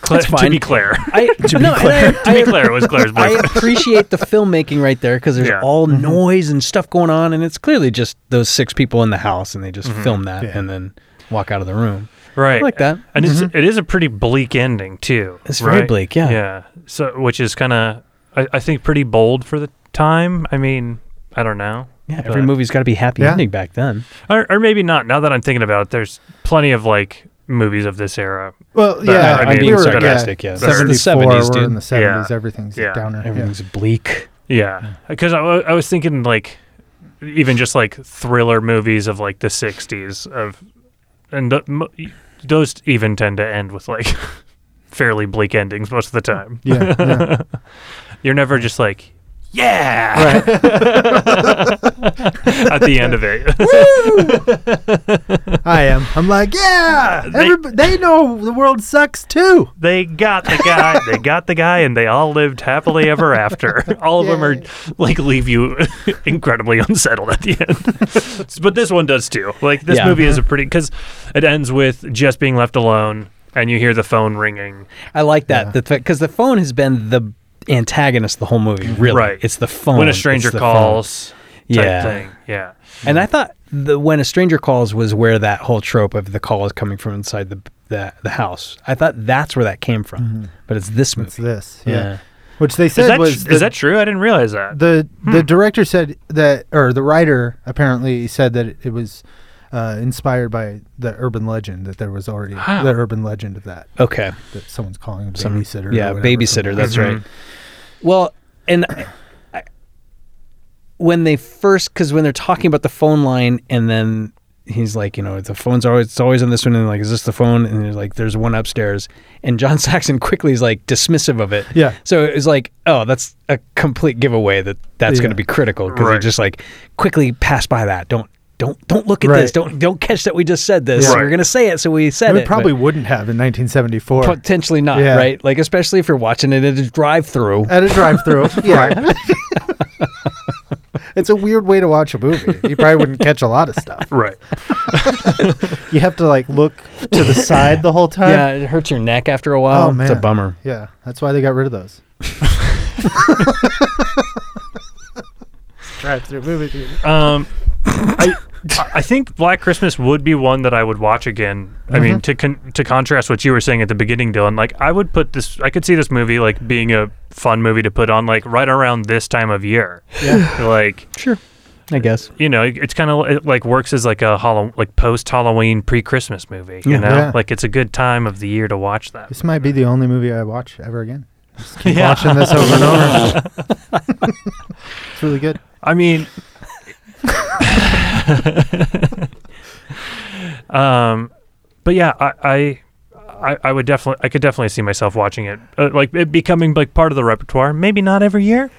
Cla-
That's
To
fine.
be Claire.
<laughs> I to be clear,
to be Claire, it was Claire's
<laughs> I
boyfriend.
appreciate the filmmaking right there because there's
Yeah.
all noise and stuff going on, and it's clearly just those six people in the house, and they just film that
Yeah.
and then walk out of the room.
Mm-hmm. right.
like that. Mm-hmm.
And it's, it is a pretty bleak ending, too.
It's very
right?
bleak, yeah.
Yeah. So, which is kind of, I, I think, pretty bold for the time. I mean, I don't know.
Yeah, every
but-
movie's got to be happy
Yeah.
ending back then.
Or, or maybe not. Now that I'm thinking about it, there's plenty of like movies of this era.
Well,
But,
yeah,
I mean,
we were
sarcastic, yeah. This is the
74,
70s,
we're
dude.
in the 70s.
Yeah.
Everything's
Yeah.
downer.
Everything's bleak.
Yeah, because I wa- I was thinking like even just like thriller movies of like the '60s of, and the, mo- those even tend to end with like <laughs> fairly bleak endings most of the time.
<laughs> Yeah, yeah.
You're never just like, yeah, <laughs> at the end of it.
<laughs> I am. I'm like, yeah.
They-
everyb- they know the world sucks too.
they got the guy. They got the guy, and they all lived happily
<laughs>
ever after. All of them
Yay.
are like leave you <laughs> incredibly unsettled at the end. <laughs> Uh-huh. but this one does too. Like this
Yeah.
movie is a pretty because it ends with just being left alone, and you hear the phone ringing.
I like that because the phone has been the antagonist the whole movie. Really,
Right.
It's the phone.
when a
it's
stranger
the phone.
calls. Type
Yeah.
Thing. Yeah.
And I thought the when a stranger calls was where that whole trope of the call is coming from inside the the, the house. I thought that's where that came from, but it's this movie.
Mm-hmm. It's this. Yeah.
yeah.
Which they
Is
said
that, tr-
was
is
the-
that true? I didn't realize that.
the
hmm.
the director said that or the writer apparently said that it, it was uh, inspired by the urban legend that there was already
Wow.
the urban legend of that
Okay.
that someone's calling a
Some-
babysitter or
Yeah,
whatever. Mm-hmm.
babysitter. That's
Mhm.
right. Well, and I, when they first, because when they're talking about the phone line, and then he's like, you know, the phone's always it's always on this one, and like, is this the phone? And they're like, there's one upstairs, and John <laughs> Saxon quickly is like dismissive of it.
Yeah.
So it was like, oh, that's a complete giveaway that that's going
Yeah.
to be critical because he
Right.
just like quickly pass by that. Don't. Don't don't look at
Right.
this. Don't don't catch that we just said this.
Yeah.
We're gonna say it, so we said
And
it.
we
but-
probably wouldn't have in 1974
potentially not
Yeah. Uh,
right like especially if you're watching it at a drive-through
at a
<laughs>
drive-through. yeah. <laughs> it's a weird way to watch a movie. You probably wouldn't catch a lot of stuff.
Right.
You have to like look to the side the whole time.
yeah it hurts your neck after a while
Oh, man.
it's a bummer
Yeah, that's why they got rid of those. Drive through movie theater.
Um, I I think Black Christmas would be one that I would watch again. I mean, to con- to contrast what you were saying at the beginning, Dylan, like I would put this. I could see this movie like being a fun movie to put on like right around this time of year. Yeah, <laughs> like
sure i guess
you know, it's kind of it, like works as like a Halloween, like post Halloween pre Christmas movie. You
Yeah.
know,
Yeah.
like it's a good time of the year to watch that.
This might be the only movie I watch ever again. Just keep
Yeah.
watching this over and over. it's really good.
I mean, um, but yeah, I, I, I, I would definitely, I could definitely see myself watching it, uh, like it becoming like part of the repertoire. Maybe not every year.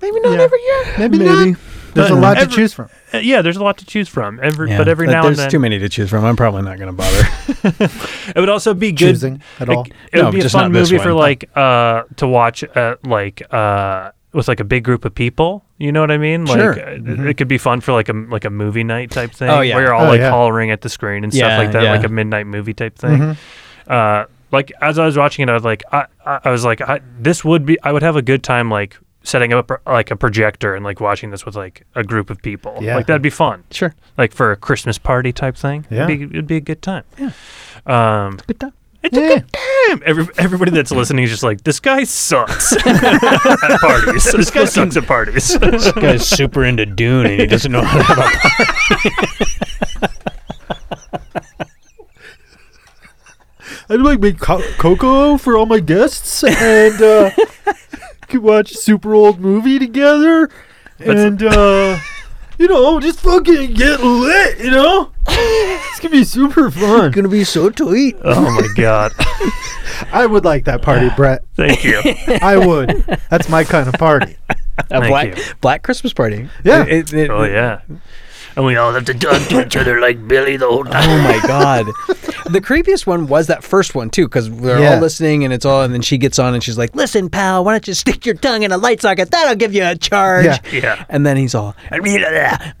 Maybe not every year. Maybe, not. There's
But
a lot
every-
to choose from.
Uh, yeah, there's a lot to choose from. Every, but every
Like,
now and
there's
then,
too many to choose from i'm probably not going to
<laughs>
bother
it would also be good.
Choosing at all.
Like, it would
No,
be a
just
fun
not this
movie for
one.
like uh to watch at like uh with like a big group of people. You know what I mean? Like
Sure.
uh, it could be fun for like a like a movie night type thing.
Oh, yeah.
Where you're all
Mm-hmm. Oh,
like
yeah.
hollering at the screen and
Yeah,
stuff like that,
yeah.
like a midnight movie type thing.
Mm-hmm.
Uh like as I was watching it, I was like, I, I, I was like, I, this would be, I would have a good time like setting up like a projector and like watching this with like a group of people.
Yeah.
Like that'd be fun,
sure
like for a Christmas party type thing.
Yeah.
it'd be, it'd be a good time. Yeah. Um,
good time
it's a good time. <laughs> Every, everybody that's listening is just like, this
<laughs>
guy sucks at parties. This guy sucks at parties.
This guy's super into Dune and he doesn't know how to have a
I'd like make co- cocoa for all my guests and
<laughs>
uh, could watch a super old movie together and uh, you know just fucking get lit. You know, it's <laughs> gonna be super fun.
gonna be so sweet
oh my god.
I would like that party, Brett.
<laughs>
Thank you.
I would. That's my kind of party.
A
Thank
black
you.
black Christmas party.
Yeah.
It- it-
oh yeah.
And we all have to talk to each other like Billy the whole time.
Oh
<laughs>
my god. the creepiest one was that first one too, because they're
Yeah.
all listening and it's all, and then she gets on and she's like, "Listen, pal, why don't you stick your tongue in a light socket? That'll give you a charge."
Yeah.
Yeah.
And then he's all, "I'm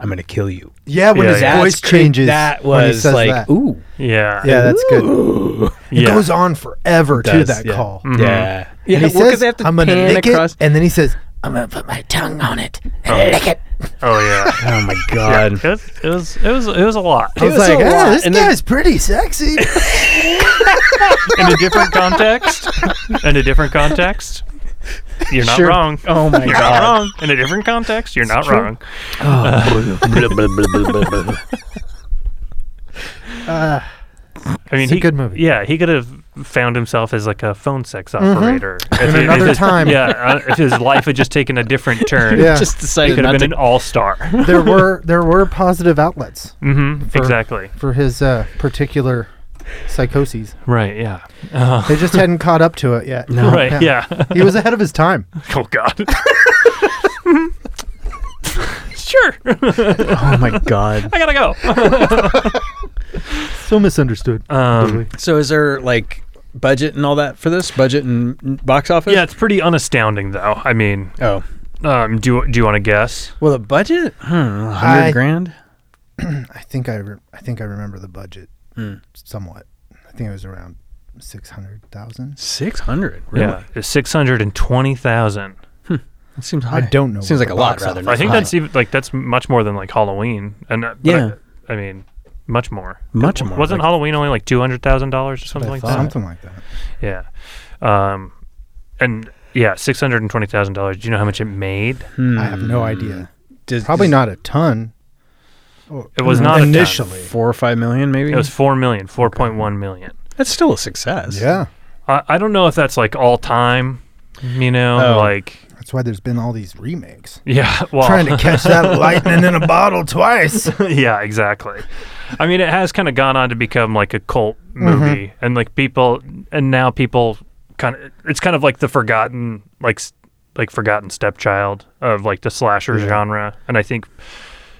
gonna kill you."
Yeah, when
Yeah,
his
yeah.
voice
That's creep-
changes.
That
when he
was
says
like,
that.
ooh,
Yeah.
Yeah, that's good. It
Yeah.
goes on forever to
does,
that
yeah.
call.
yeah. Yeah,
And he
well, 'cause
says,
they have to
I'm going to
pan
lick
across.
it. And then he says,
I'm gonna put my tongue on it and lick it.
Oh yeah. <laughs>
Oh my god.
It was, it was it was it was a lot
I was,
was a
like, ah,
lot.
this
And then-
guy's pretty sexy.
<laughs>
in a different context. In a different context, you're not
Sure.
wrong.
Oh my
you're
god.
not wrong. Oh, In a different context, you're not wrong.
<laughs>
I mean,
Uh, It's a
he,
good movie. Mm-hmm.
Yeah, he could have found himself as like a phone sex operator. If he- if
another
his-
time.
Yeah, uh, if his life had just taken a
<laughs>
different turn,
Yeah.
Just
he
decided
could
not
have been
to
<laughs>
an all-star.
there were there were positive outlets
hmm exactly.
for his uh, particular psychoses.
Right. Yeah.
They just hadn't caught up to it yet. No.
right. Yeah.
<laughs> he was ahead of his time.
oh
<laughs>
God. sure.
Oh my god.
<laughs> I gotta
<laughs>
go.
So misunderstood.
Um,
So is there like budget and all that for this? Budget and mm, box office?
yeah, it's pretty unastounding, though. I mean,
Oh.
um, do do you want to guess?
Well, the budget? Hmm, a
I-
hundred grand?
I think I re- I think I remember the budget
Hmm.
somewhat. I think it was around six hundred thousand.
Six hundred. Really?
Yeah, six hundred and twenty thousand.
It seems high.
don't know
Seems
what
like
the
a lot
box
rather
office-
than
I think
high.
that's even like that's much more than like Halloween, and uh, but
Yeah.
I, I mean, much more.
much
W-
more.
Wasn't
like-
Halloween only like two hundred thousand dollars or something like that?
Something like that.
Yeah, um, and yeah, six hundred and twenty thousand dollars. Do you know how much it made?
Hmm.
I have no idea.
does-
Probably
does
not a ton.
It was not a ton.
initially.
four or five million, maybe.
It was four million, four point one million.
that's still a success.
Yeah,
I, I don't know if that's like all time. You know,
Oh.
like <laughs>
that's why there's been all these remakes.
yeah. Well,
Trying to catch
<laughs>
that lightning in a bottle twice.
<laughs> yeah, exactly. I mean, it has kind of gone on to become like a cult
Mm-hmm.
movie, and like people, and now people kind of, it's kind of like the forgotten, like, s- like forgotten stepchild of like the slasher genre. And I think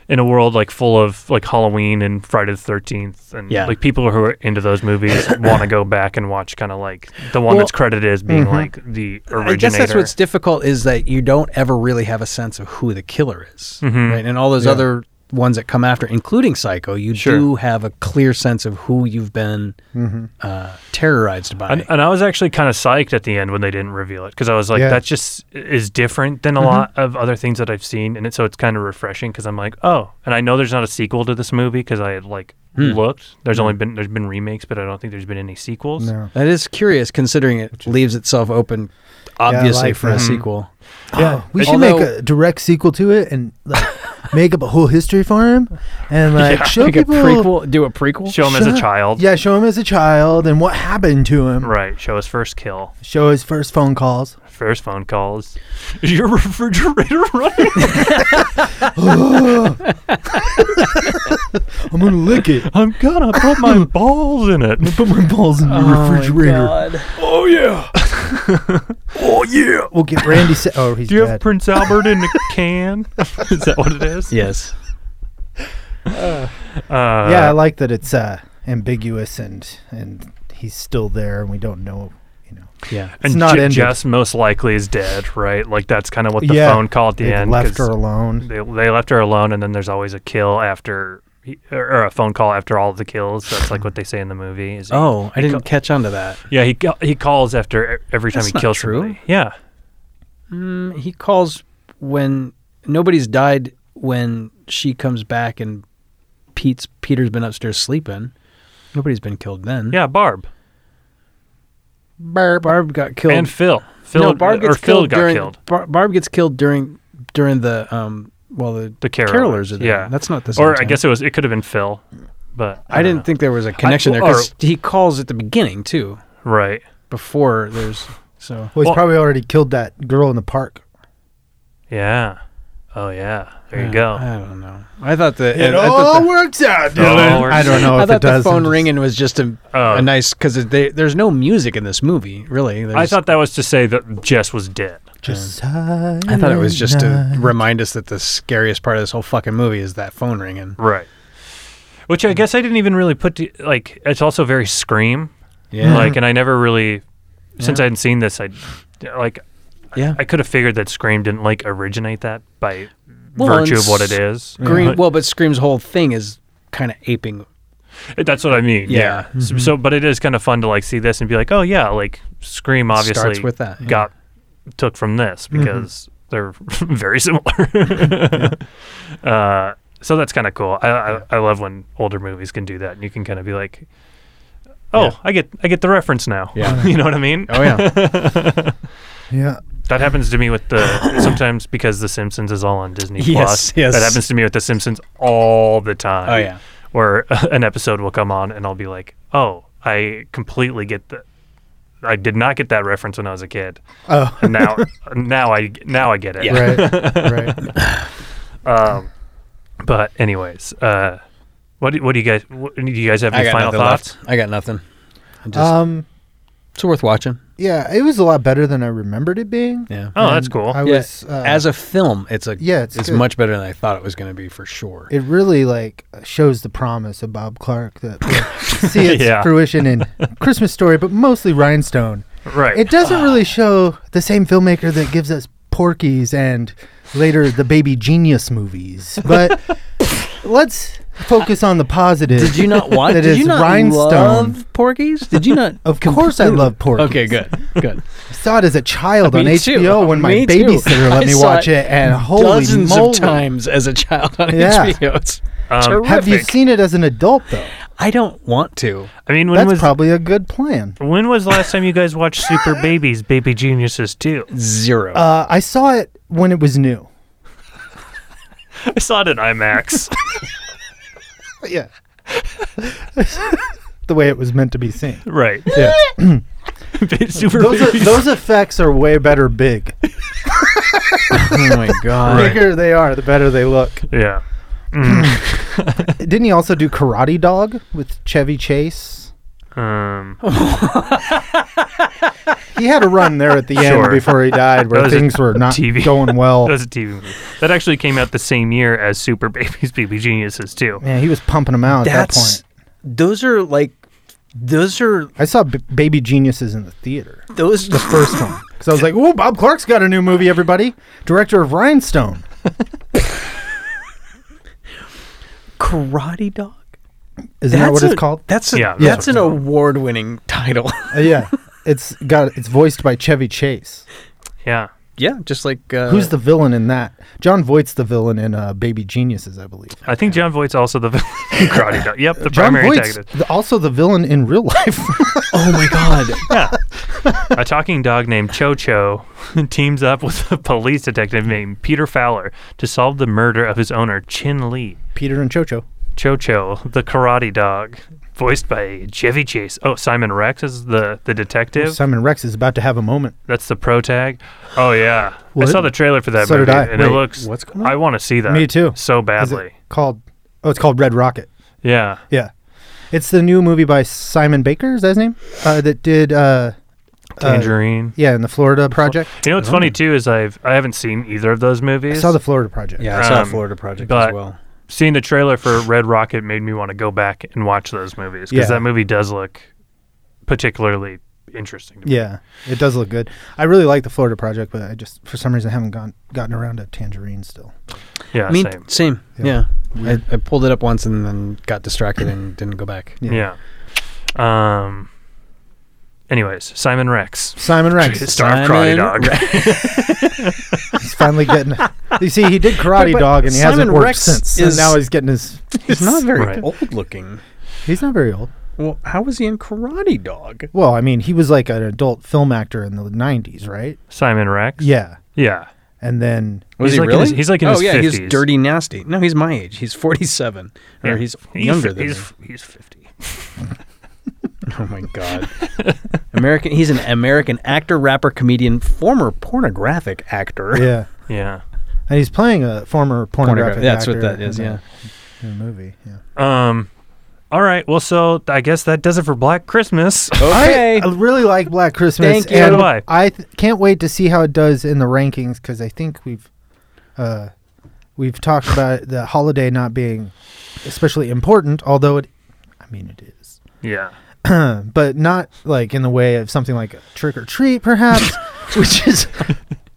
in a world like full of like Halloween and Friday the Thirteenth, and
Yeah.
like people who are into those movies
<coughs>
want to go back and watch kind of like the
Well-
one
Mm-hmm.
that's credited as being like the originator.
I guess that's what's difficult is that you don't ever really have a sense of who the killer is,
Mm-hmm.
right? And all those other ones that come after, including Psycho, you
Sure.
do have a clear sense of who you've been
Mm-hmm.
uh, terrorized by.
And, and I was actually kind of psyched at the end when they didn't reveal it because I was like,
Yeah.
that just is different than a lot of other things that I've seen, and it, so it's kind of refreshing because I'm like, oh, and I know there's not a sequel to this movie because I had like looked. There's only been there's been remakes, but I don't think there's been any sequels.
No.
that is curious, considering it leaves itself open, obviously
like
for a
that.
Mm-hmm.
sequel.
<laughs>
Yeah, Oh, we
it-
should make
although-
a direct sequel to it and like
<laughs>
make up a whole history for him and like show
Like a
people.
prequel, do a prequel.
Show him as a
Sure.
child,
Yeah, show him as a child and what happened to him.
right? Show his first kill,
Show his first phone calls.
first phone calls. Is <laughs> your refrigerator running?
I'm gonna lick
<laughs>
it.
<laughs> I'm gonna put <laughs> my balls in it.
Put my balls in the refrigerator.
Oh yeah. oh yeah.
We'll get Randy. Sa- oh, he's
Do you
dead.
have Prince Albert in a can? <laughs> is that what it is?
Yes.
Uh,
yeah, I like that it's uh, ambiguous and and he's still there and we don't know. You know,
Yeah.
and
not
Ju-
ended.
Jess most likely is dead, right? Like that's kind of what the
Yeah,
phone call at the
they
end.
left
'cause
her alone.
They, they left her alone, and then there's always a kill after, or or a phone call after all of the kills. That's like what they say in the movie. Is he-
Oh, I didn't catch on to that.
yeah, he ca- he calls after e- every time
That's
he
not
kills
true.
somebody. Yeah,
He calls when nobody's died when she comes back and Pete's Peter's been upstairs sleeping. Nobody's been killed then.
yeah, Barb
Barb, Barb got killed.
and Phil. Phil
no, Barb
or
gets
Phil
killed
got
during,
killed.
Bar- Barb gets killed during during the um well the,
The carolers.
carolers are there.
Yeah.
That's not the same
Or I
time.
guess it was. It could have been Phil, but
I didn't think there was a connection there because he calls at the beginning too
think right.
before there's so
Well, he's
Well-
probably already killed that girl in the park.
Yeah. Oh yeah. There you go.
I don't know. I thought that
It
I thought
all
the-
works out,
all
Dylan.
Oh, works
I don't know
<laughs> I
if
thought
it does.
the phone
I'm
ringing was just a,
Oh.
a nice because there's no music in this movie really.
I
There's-
thought that was to say that Jess was dead.
Just,
I thought it was just to remind us that the scariest part of this whole fucking movie is that phone ringing.
Right. Which I guess I didn't even really put to, like it's also very scream
Yeah,
like and I never really since I hadn't seen this I like
<laughs> yeah.
I could have figured that scream didn't like originate that by
Well,
virtue
and
of what it is.
Scream.
But-
Well, but Scream's whole thing is kind of aping.
That's what I mean. Yeah.
Yeah.
So, so- but it is kind of fun to like see this and be like, oh yeah, like Scream obviously
Starts with that, yeah. Mm-hmm.
got took from this because they're <laughs> very similar. <laughs> uh, so that's kind of cool. I, I I love when older movies can do that, and you can kind of be like, oh,
Yeah.
I get I get the reference now.
Yeah.
<laughs> you know what I mean?
Oh <laughs> yeah,
Yeah.
That happens to me with
<coughs>
the sometimes because The Simpsons is all on Disney
Yes,
Plus.
yes.
That happens to me with The Simpsons all the time.
Oh, yeah.
Where <laughs> an episode will come on and I'll be like, "Oh, I completely get the I did not get that reference when I was a kid.
Oh.
And
<laughs>
now now I now I get it."
Yeah.
<laughs> Right. <laughs> right.
Um but anyways, uh what do, what do you guys what, do you guys have
I
any
got
final
nothing
thoughts?
left. I got nothing. I just-
Um.
it's worth watching.
Yeah. It was a lot better than I remembered it being.
Yeah.
Oh, that's
And
cool.
I
Yeah,
was uh,
as a film, it's a
Yeah, it's good.
much better than I thought it was going to be for sure.
it really like shows the promise of Bob Clark <laughs> that we'll see its
Yeah.
fruition
<laughs>
in Christmas Story, but mostly Rhinestone.
right.
It doesn't
Ah.
really show the same filmmaker that gives us Porky's and later the Baby Genius movies, but
<laughs>
let's focus on the positive.
did you <laughs> not watch?
That
did you
is
not
Rhinestone.
love Porky's? Did you <laughs> not?
Of course, I love Porky.
okay, good, good.
I saw it as a child on
Uh, Me
HBO
too.
when my
Me too.
babysitter let
<laughs> I
me
saw
watch it, and holy
dozens
moly!
of times as a child on
Yeah.
HBO. It's
Um,
Have you
terrific.
seen it as an adult though?
I don't want to.
I mean, when
That's
was
probably a good plan.
when was the last time you guys
<laughs>
watched Super Babies, Baby Geniuses 2?
Zero.
Uh, I saw it when it was new.
I saw it in <laughs> IMAX.
Oh, Yeah. <laughs> the way it was meant to be seen.
right.
Yeah.
<laughs> Super
<laughs> Those,
Babies.
are, those effects are way better big.
oh <laughs> my
The
god.
bigger they are, the better they look.
yeah.
Didn't he also do Karate Dog with Chevy Chase?
Um,
Oh. He had a run there
<laughs>
at the
Sure.
end before he died
That
where
was a
things were not
TV.
going well.
That was a TV movie. That actually came out the same year as Super Babies Baby Geniuses too.
Man, he was pumping them out at that
That's
point.
those are like those are
I saw B- Baby Geniuses in the theater.
those
The
Uh-huh.
first one. Because I was like, oh, Bob Clark's got a new movie, everybody. Director of Rhinestone.
<gasps> karate dog.
Isn't that what
a,
it's called?
That's a,
Yeah, that's
that's
what
an award-winning
<laughs>
title.
Uh, yeah. It's got it's voiced by Chevy Chase.
Yeah.
yeah, just like uh,
Who's the villain in that? John Voight's the villain in uh, Baby Geniuses, I believe.
I think John Voight's also
<laughs>
the villain in Karate Dog. Yep, the
John
primary
Voight's
antagonist.
the- also the villain in real <laughs> life.
Oh my
<laughs>
god.
Yeah. a talking dog named Cho Cho <laughs> teams up with a police detective named Peter Fowler to solve the murder of his owner, Chin Lee.
Peter and Chocho.
Cho Cho, the karate dog, voiced by Chevy Chase. Oh, Simon Rex is the, the detective.
Simon Rex is about to have a moment.
That's the pro tag. Oh yeah, I saw the trailer for that
So
movie,
did I.
and it
Wait,
looks.
what's going on?
I want to see that.
Me too.
So
Is it
badly.
called? Oh, it's called Red Rocket.
Yeah.
Yeah, it's the new movie by Simon Baker. Is that his name? Uh, that did uh, uh,
Tangerine.
yeah, in the Florida Project.
you know what's funny too is I've I haven't seen either of those
I
movies.
saw the Florida Project.
Yeah, I saw
Um,
Florida Project
but-
as well.
Seeing the trailer for Red Rocket made me want to go back and watch those movies because
Yeah.
that movie does look particularly interesting. To me.
Yeah, it does look good. I really like the Florida Project, but I just for some reason haven't gone gotten around to Tangerine still.
Yeah.
Me-
uh,
same.
same.
Yeah.
Yeah. I, I pulled it up once and then got distracted and didn't go back.
Yeah. Um. Anyways, Simon Rex.
Simon Rex
Star of
Simon
Karate Dog.
is finally getting.
<laughs>
You see, he did Karate
But- but
Dog, and he hasn't
Simon
worked
Rex
since. and
is-
now he's getting his.
<laughs> <laughs> He's not very
Right.
old looking.
He's not very old.
Well, how was he in Karate Dog?
Well, I mean, he was like an adult film actor in the '90s, right?
Simon Rex.
Yeah,
Yeah.
and then
Was
He's
he
like in
really?
his- he's like in
oh,
his
yeah, he's
50s.
dirty nasty. No, he's my age. He's 47.
Yeah.
Or he's, younger than
he's,
me. <laughs>
He's fifty.
Oh my god. American he's an <laughs> American actor, rapper, comedian, former pornographic actor.
yeah,
Yeah.
and he's playing a former pornographic.
Pornographic. That's what
actor
that is,
in
yeah.
the- in the movie. Yeah.
Um, all right. Well, so I guess that does it for
<laughs>
Black Christmas.
Oh.
I, I really like Black Christmas.
Thank you.
and
So do I.
th- can't wait to see how it does in the rankings because I think we've uh, we've talked about the holiday not being especially important, although it, I mean, it is, <clears throat>
yeah.
but not like in the way of something like a trick or treat,
<laughs>
perhaps, which is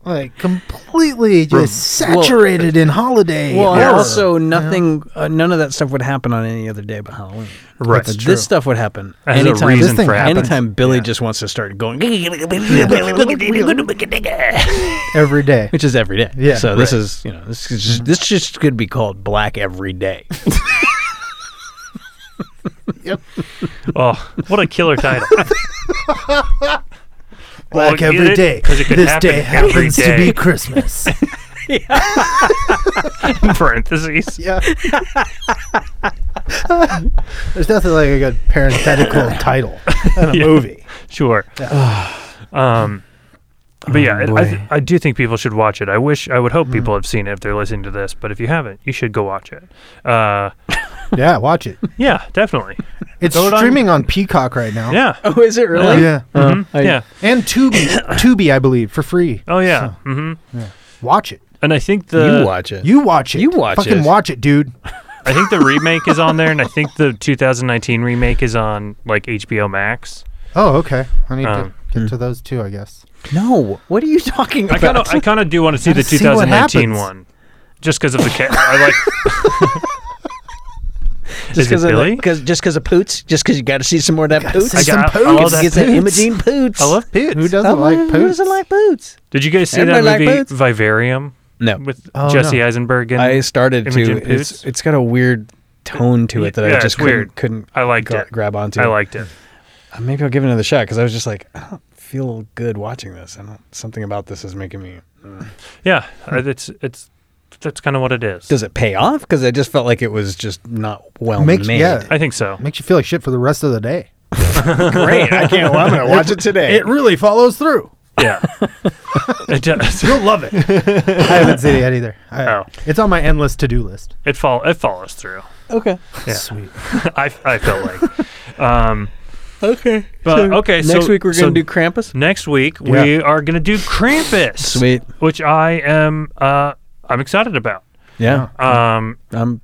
like completely just saturated in holiday.
Well,
horror.
also nothing, uh, none of that stuff would happen on any other day but Halloween.
Right.
But this stuff would happen
As a
anytime.
reason
This thing
for happening.
anytime Billy just wants to start going,
every day.
<laughs> which is every day.
Yeah,
So this is, you know, this is just, this just could be called Black Every <laughs> Day.
Oh, what a
<laughs>
killer <laughs> title.
Black
get
every
it?
day.
'Cause it could
this
happen
day
every
happens
day.
to be
<laughs>
Christmas.
Parentheses.
Yeah. <laughs> There's nothing like a good parenthetical title in a movie.
Sure. <sighs> um, but
Oh,
yeah, it- I, th- I do think people should watch it. I wish, I would hope
Hmm.
people have seen it if they're listening to this. But if you haven't, you should go watch it. Uh,
Yeah, watch it.
yeah,
<laughs>
definitely.
It's
Throw it on-
streaming on Peacock right now.
Yeah.
oh, is it really?
Yeah.
Mhm. yeah.
And Tubi, Tubi, I believe, for free.
Oh yeah. hmm
Watch it.
And I think the
Uh, You watch it.
You watch it.
You watch
Fucking
it.
watch it, dude.
I think the remake is on there, and I think
<laughs>
the 2019 remake is on like HBO Max.
Oh, okay. I need
Um,
to get to those two, I guess.
no. What are you talking
I
about?
kind of, I kind of do want to see the
Gotta see what
2019
happens.
one, just because of the cat. I
<laughs>
like. <laughs>
just
Is it
because
Billy?
just because of poots, just because you got to see some more of that poots.
see
I
some
got
poots.
I love
It's-
that
Get that
poots.
Imogene poots.
I love Poots.
Who doesn't
Oh,
like
who
Poots?
doesn't like poots?
Did you guys see that
Everybody
movie
like Poots?
Vivarium
No,
with
Oh,
Jesse
no.
Eisenberg? And
I started
Imogen
to. It's,
Poots?
it's got a weird tone to it that
Yeah,
I just
it's weird.
couldn't, couldn't
I liked
gra-
it.
grab onto.
I liked it.
Uh, Maybe I'll give it another shot because I was just like, I don't feel good watching this. I don't. Something about this is making me.
Yeah, uh, it's it's that's kind of what it is.
Hmm. Does it pay off? Because I just felt like it was just not well
Makes-
made.
<laughs>
yeah.
I think so.
Makes you feel like shit for the rest of the day.
Great. I can't. Well, I'm gonna watch it today.
It really follows through.
<laughs> Yeah, it does. <laughs>
You'll love it. <laughs> I haven't seen it yet either. I-
Oh.
It's on my endless to do list.
It fall it follows through.
<laughs> okay.
Yeah.
Sweet.
I I felt
<laughs>
like. Um,
Okay.
But, okay,
Next
so-
week we're
so-
gonna do Krampus.
Next week we are gonna do Krampus,
Sweet.
which I am uh, I'm excited about.
Yeah.
Um,
I'm.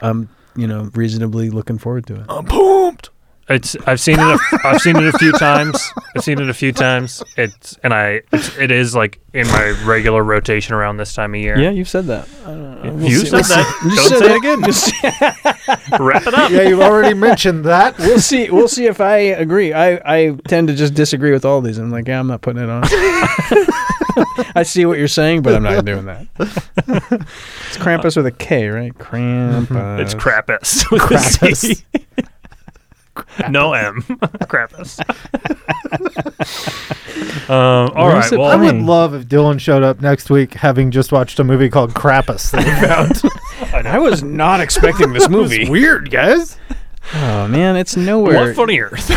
I'm. You know, reasonably looking forward to it.
it's I've seen it a, I've seen it a few times. I've seen it a few times. It's and I it's, it is like in my regular rotation around this time of year.
yeah, you've said that. I don't know. We'll
you
see-
said
we'll see.
that.
You
Don't
said
say
that
it.
again.
<laughs>
Just-
Wrap it up.
Yeah, you've already mentioned
<laughs>
that.
we'll see. We'll see if I agree. I, I tend to just disagree with all these. I'm like, yeah, I'm not putting it on. <laughs> I see what you're saying, but I'm not doing that. It's Krampus with a K, right? Krampus.
Mm-hmm. It's Krampus. <laughs> with a C. No
<laughs>
M. Krampus. um, all
Where
right.
is it
Well,
I
playing?
would love if Dylan showed up next week having just watched a movie called Krampus that we found.
<laughs> I was not expecting
<laughs>
this movie.
Weird, <laughs> guys.
Oh man, it's nowhere.
what funnier?
It's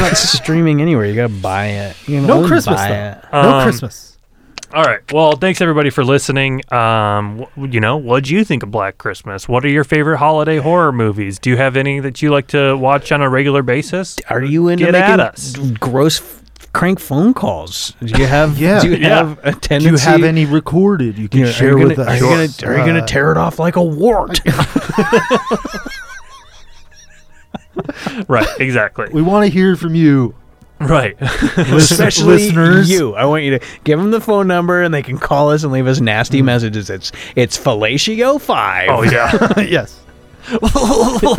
not streaming anywhere. You gotta buy it. You
No
gotta
Christmas,
buy
though.
it.
no
Um,
Christmas.
All right. Well, thanks everybody for listening. Um, wh- you know, what do you think of Black Christmas? What are your favorite holiday horror movies? Do you have any that you like to watch on a regular basis?
Are you into
Get
making
at us.
g- gross f- crank phone calls? Do you have?
Yeah.
Do you
Yeah.
have a tendency?
recorded you
You know, are you gonna, are you gonna- are you
Uh,
gonna tear it off like a wart?
Right. Exactly.
we want to hear from you,
right.
especially
listeners.
you. I want you to give them the phone number, and they can call us and leave us nasty messages. It's it's fellatio five.
oh
<laughs>
yeah.
<laughs> yes.
<laughs>
Fellatio.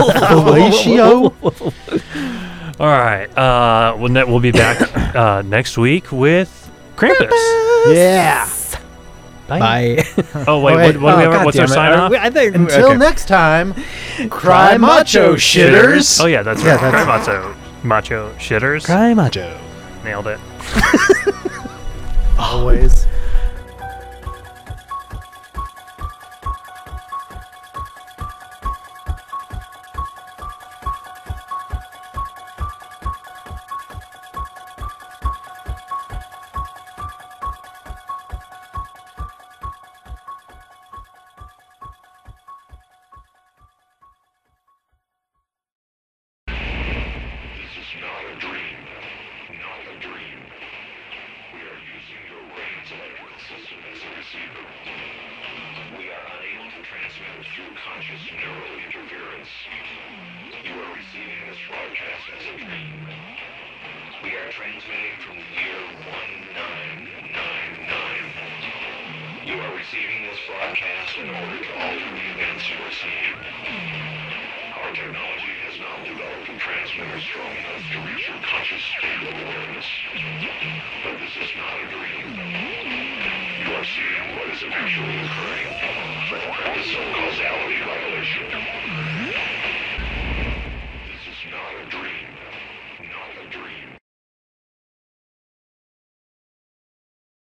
All right. Uh, we'll ne- we'll be back uh, next week with Krampus.
yeah.
Bye.
Oh wait.
Oh, wait.
What, what do we
Oh,
have, what's our
goddammit.
sign
Are
off?
we- I think
Until
okay.
next time, cry macho shitters.
Oh yeah, that's
Yeah,
right.
that's-
macho, macho shitters.
Cry macho.
Nailed it.
Always.
transmitting from year 1999. You are receiving this broadcast in order to alter the events you are seeing. Our technology has now developed a transmitter strong enough to reach your conscious state of awareness. But this is not a dream. You are seeing what is actually occurring. The so-called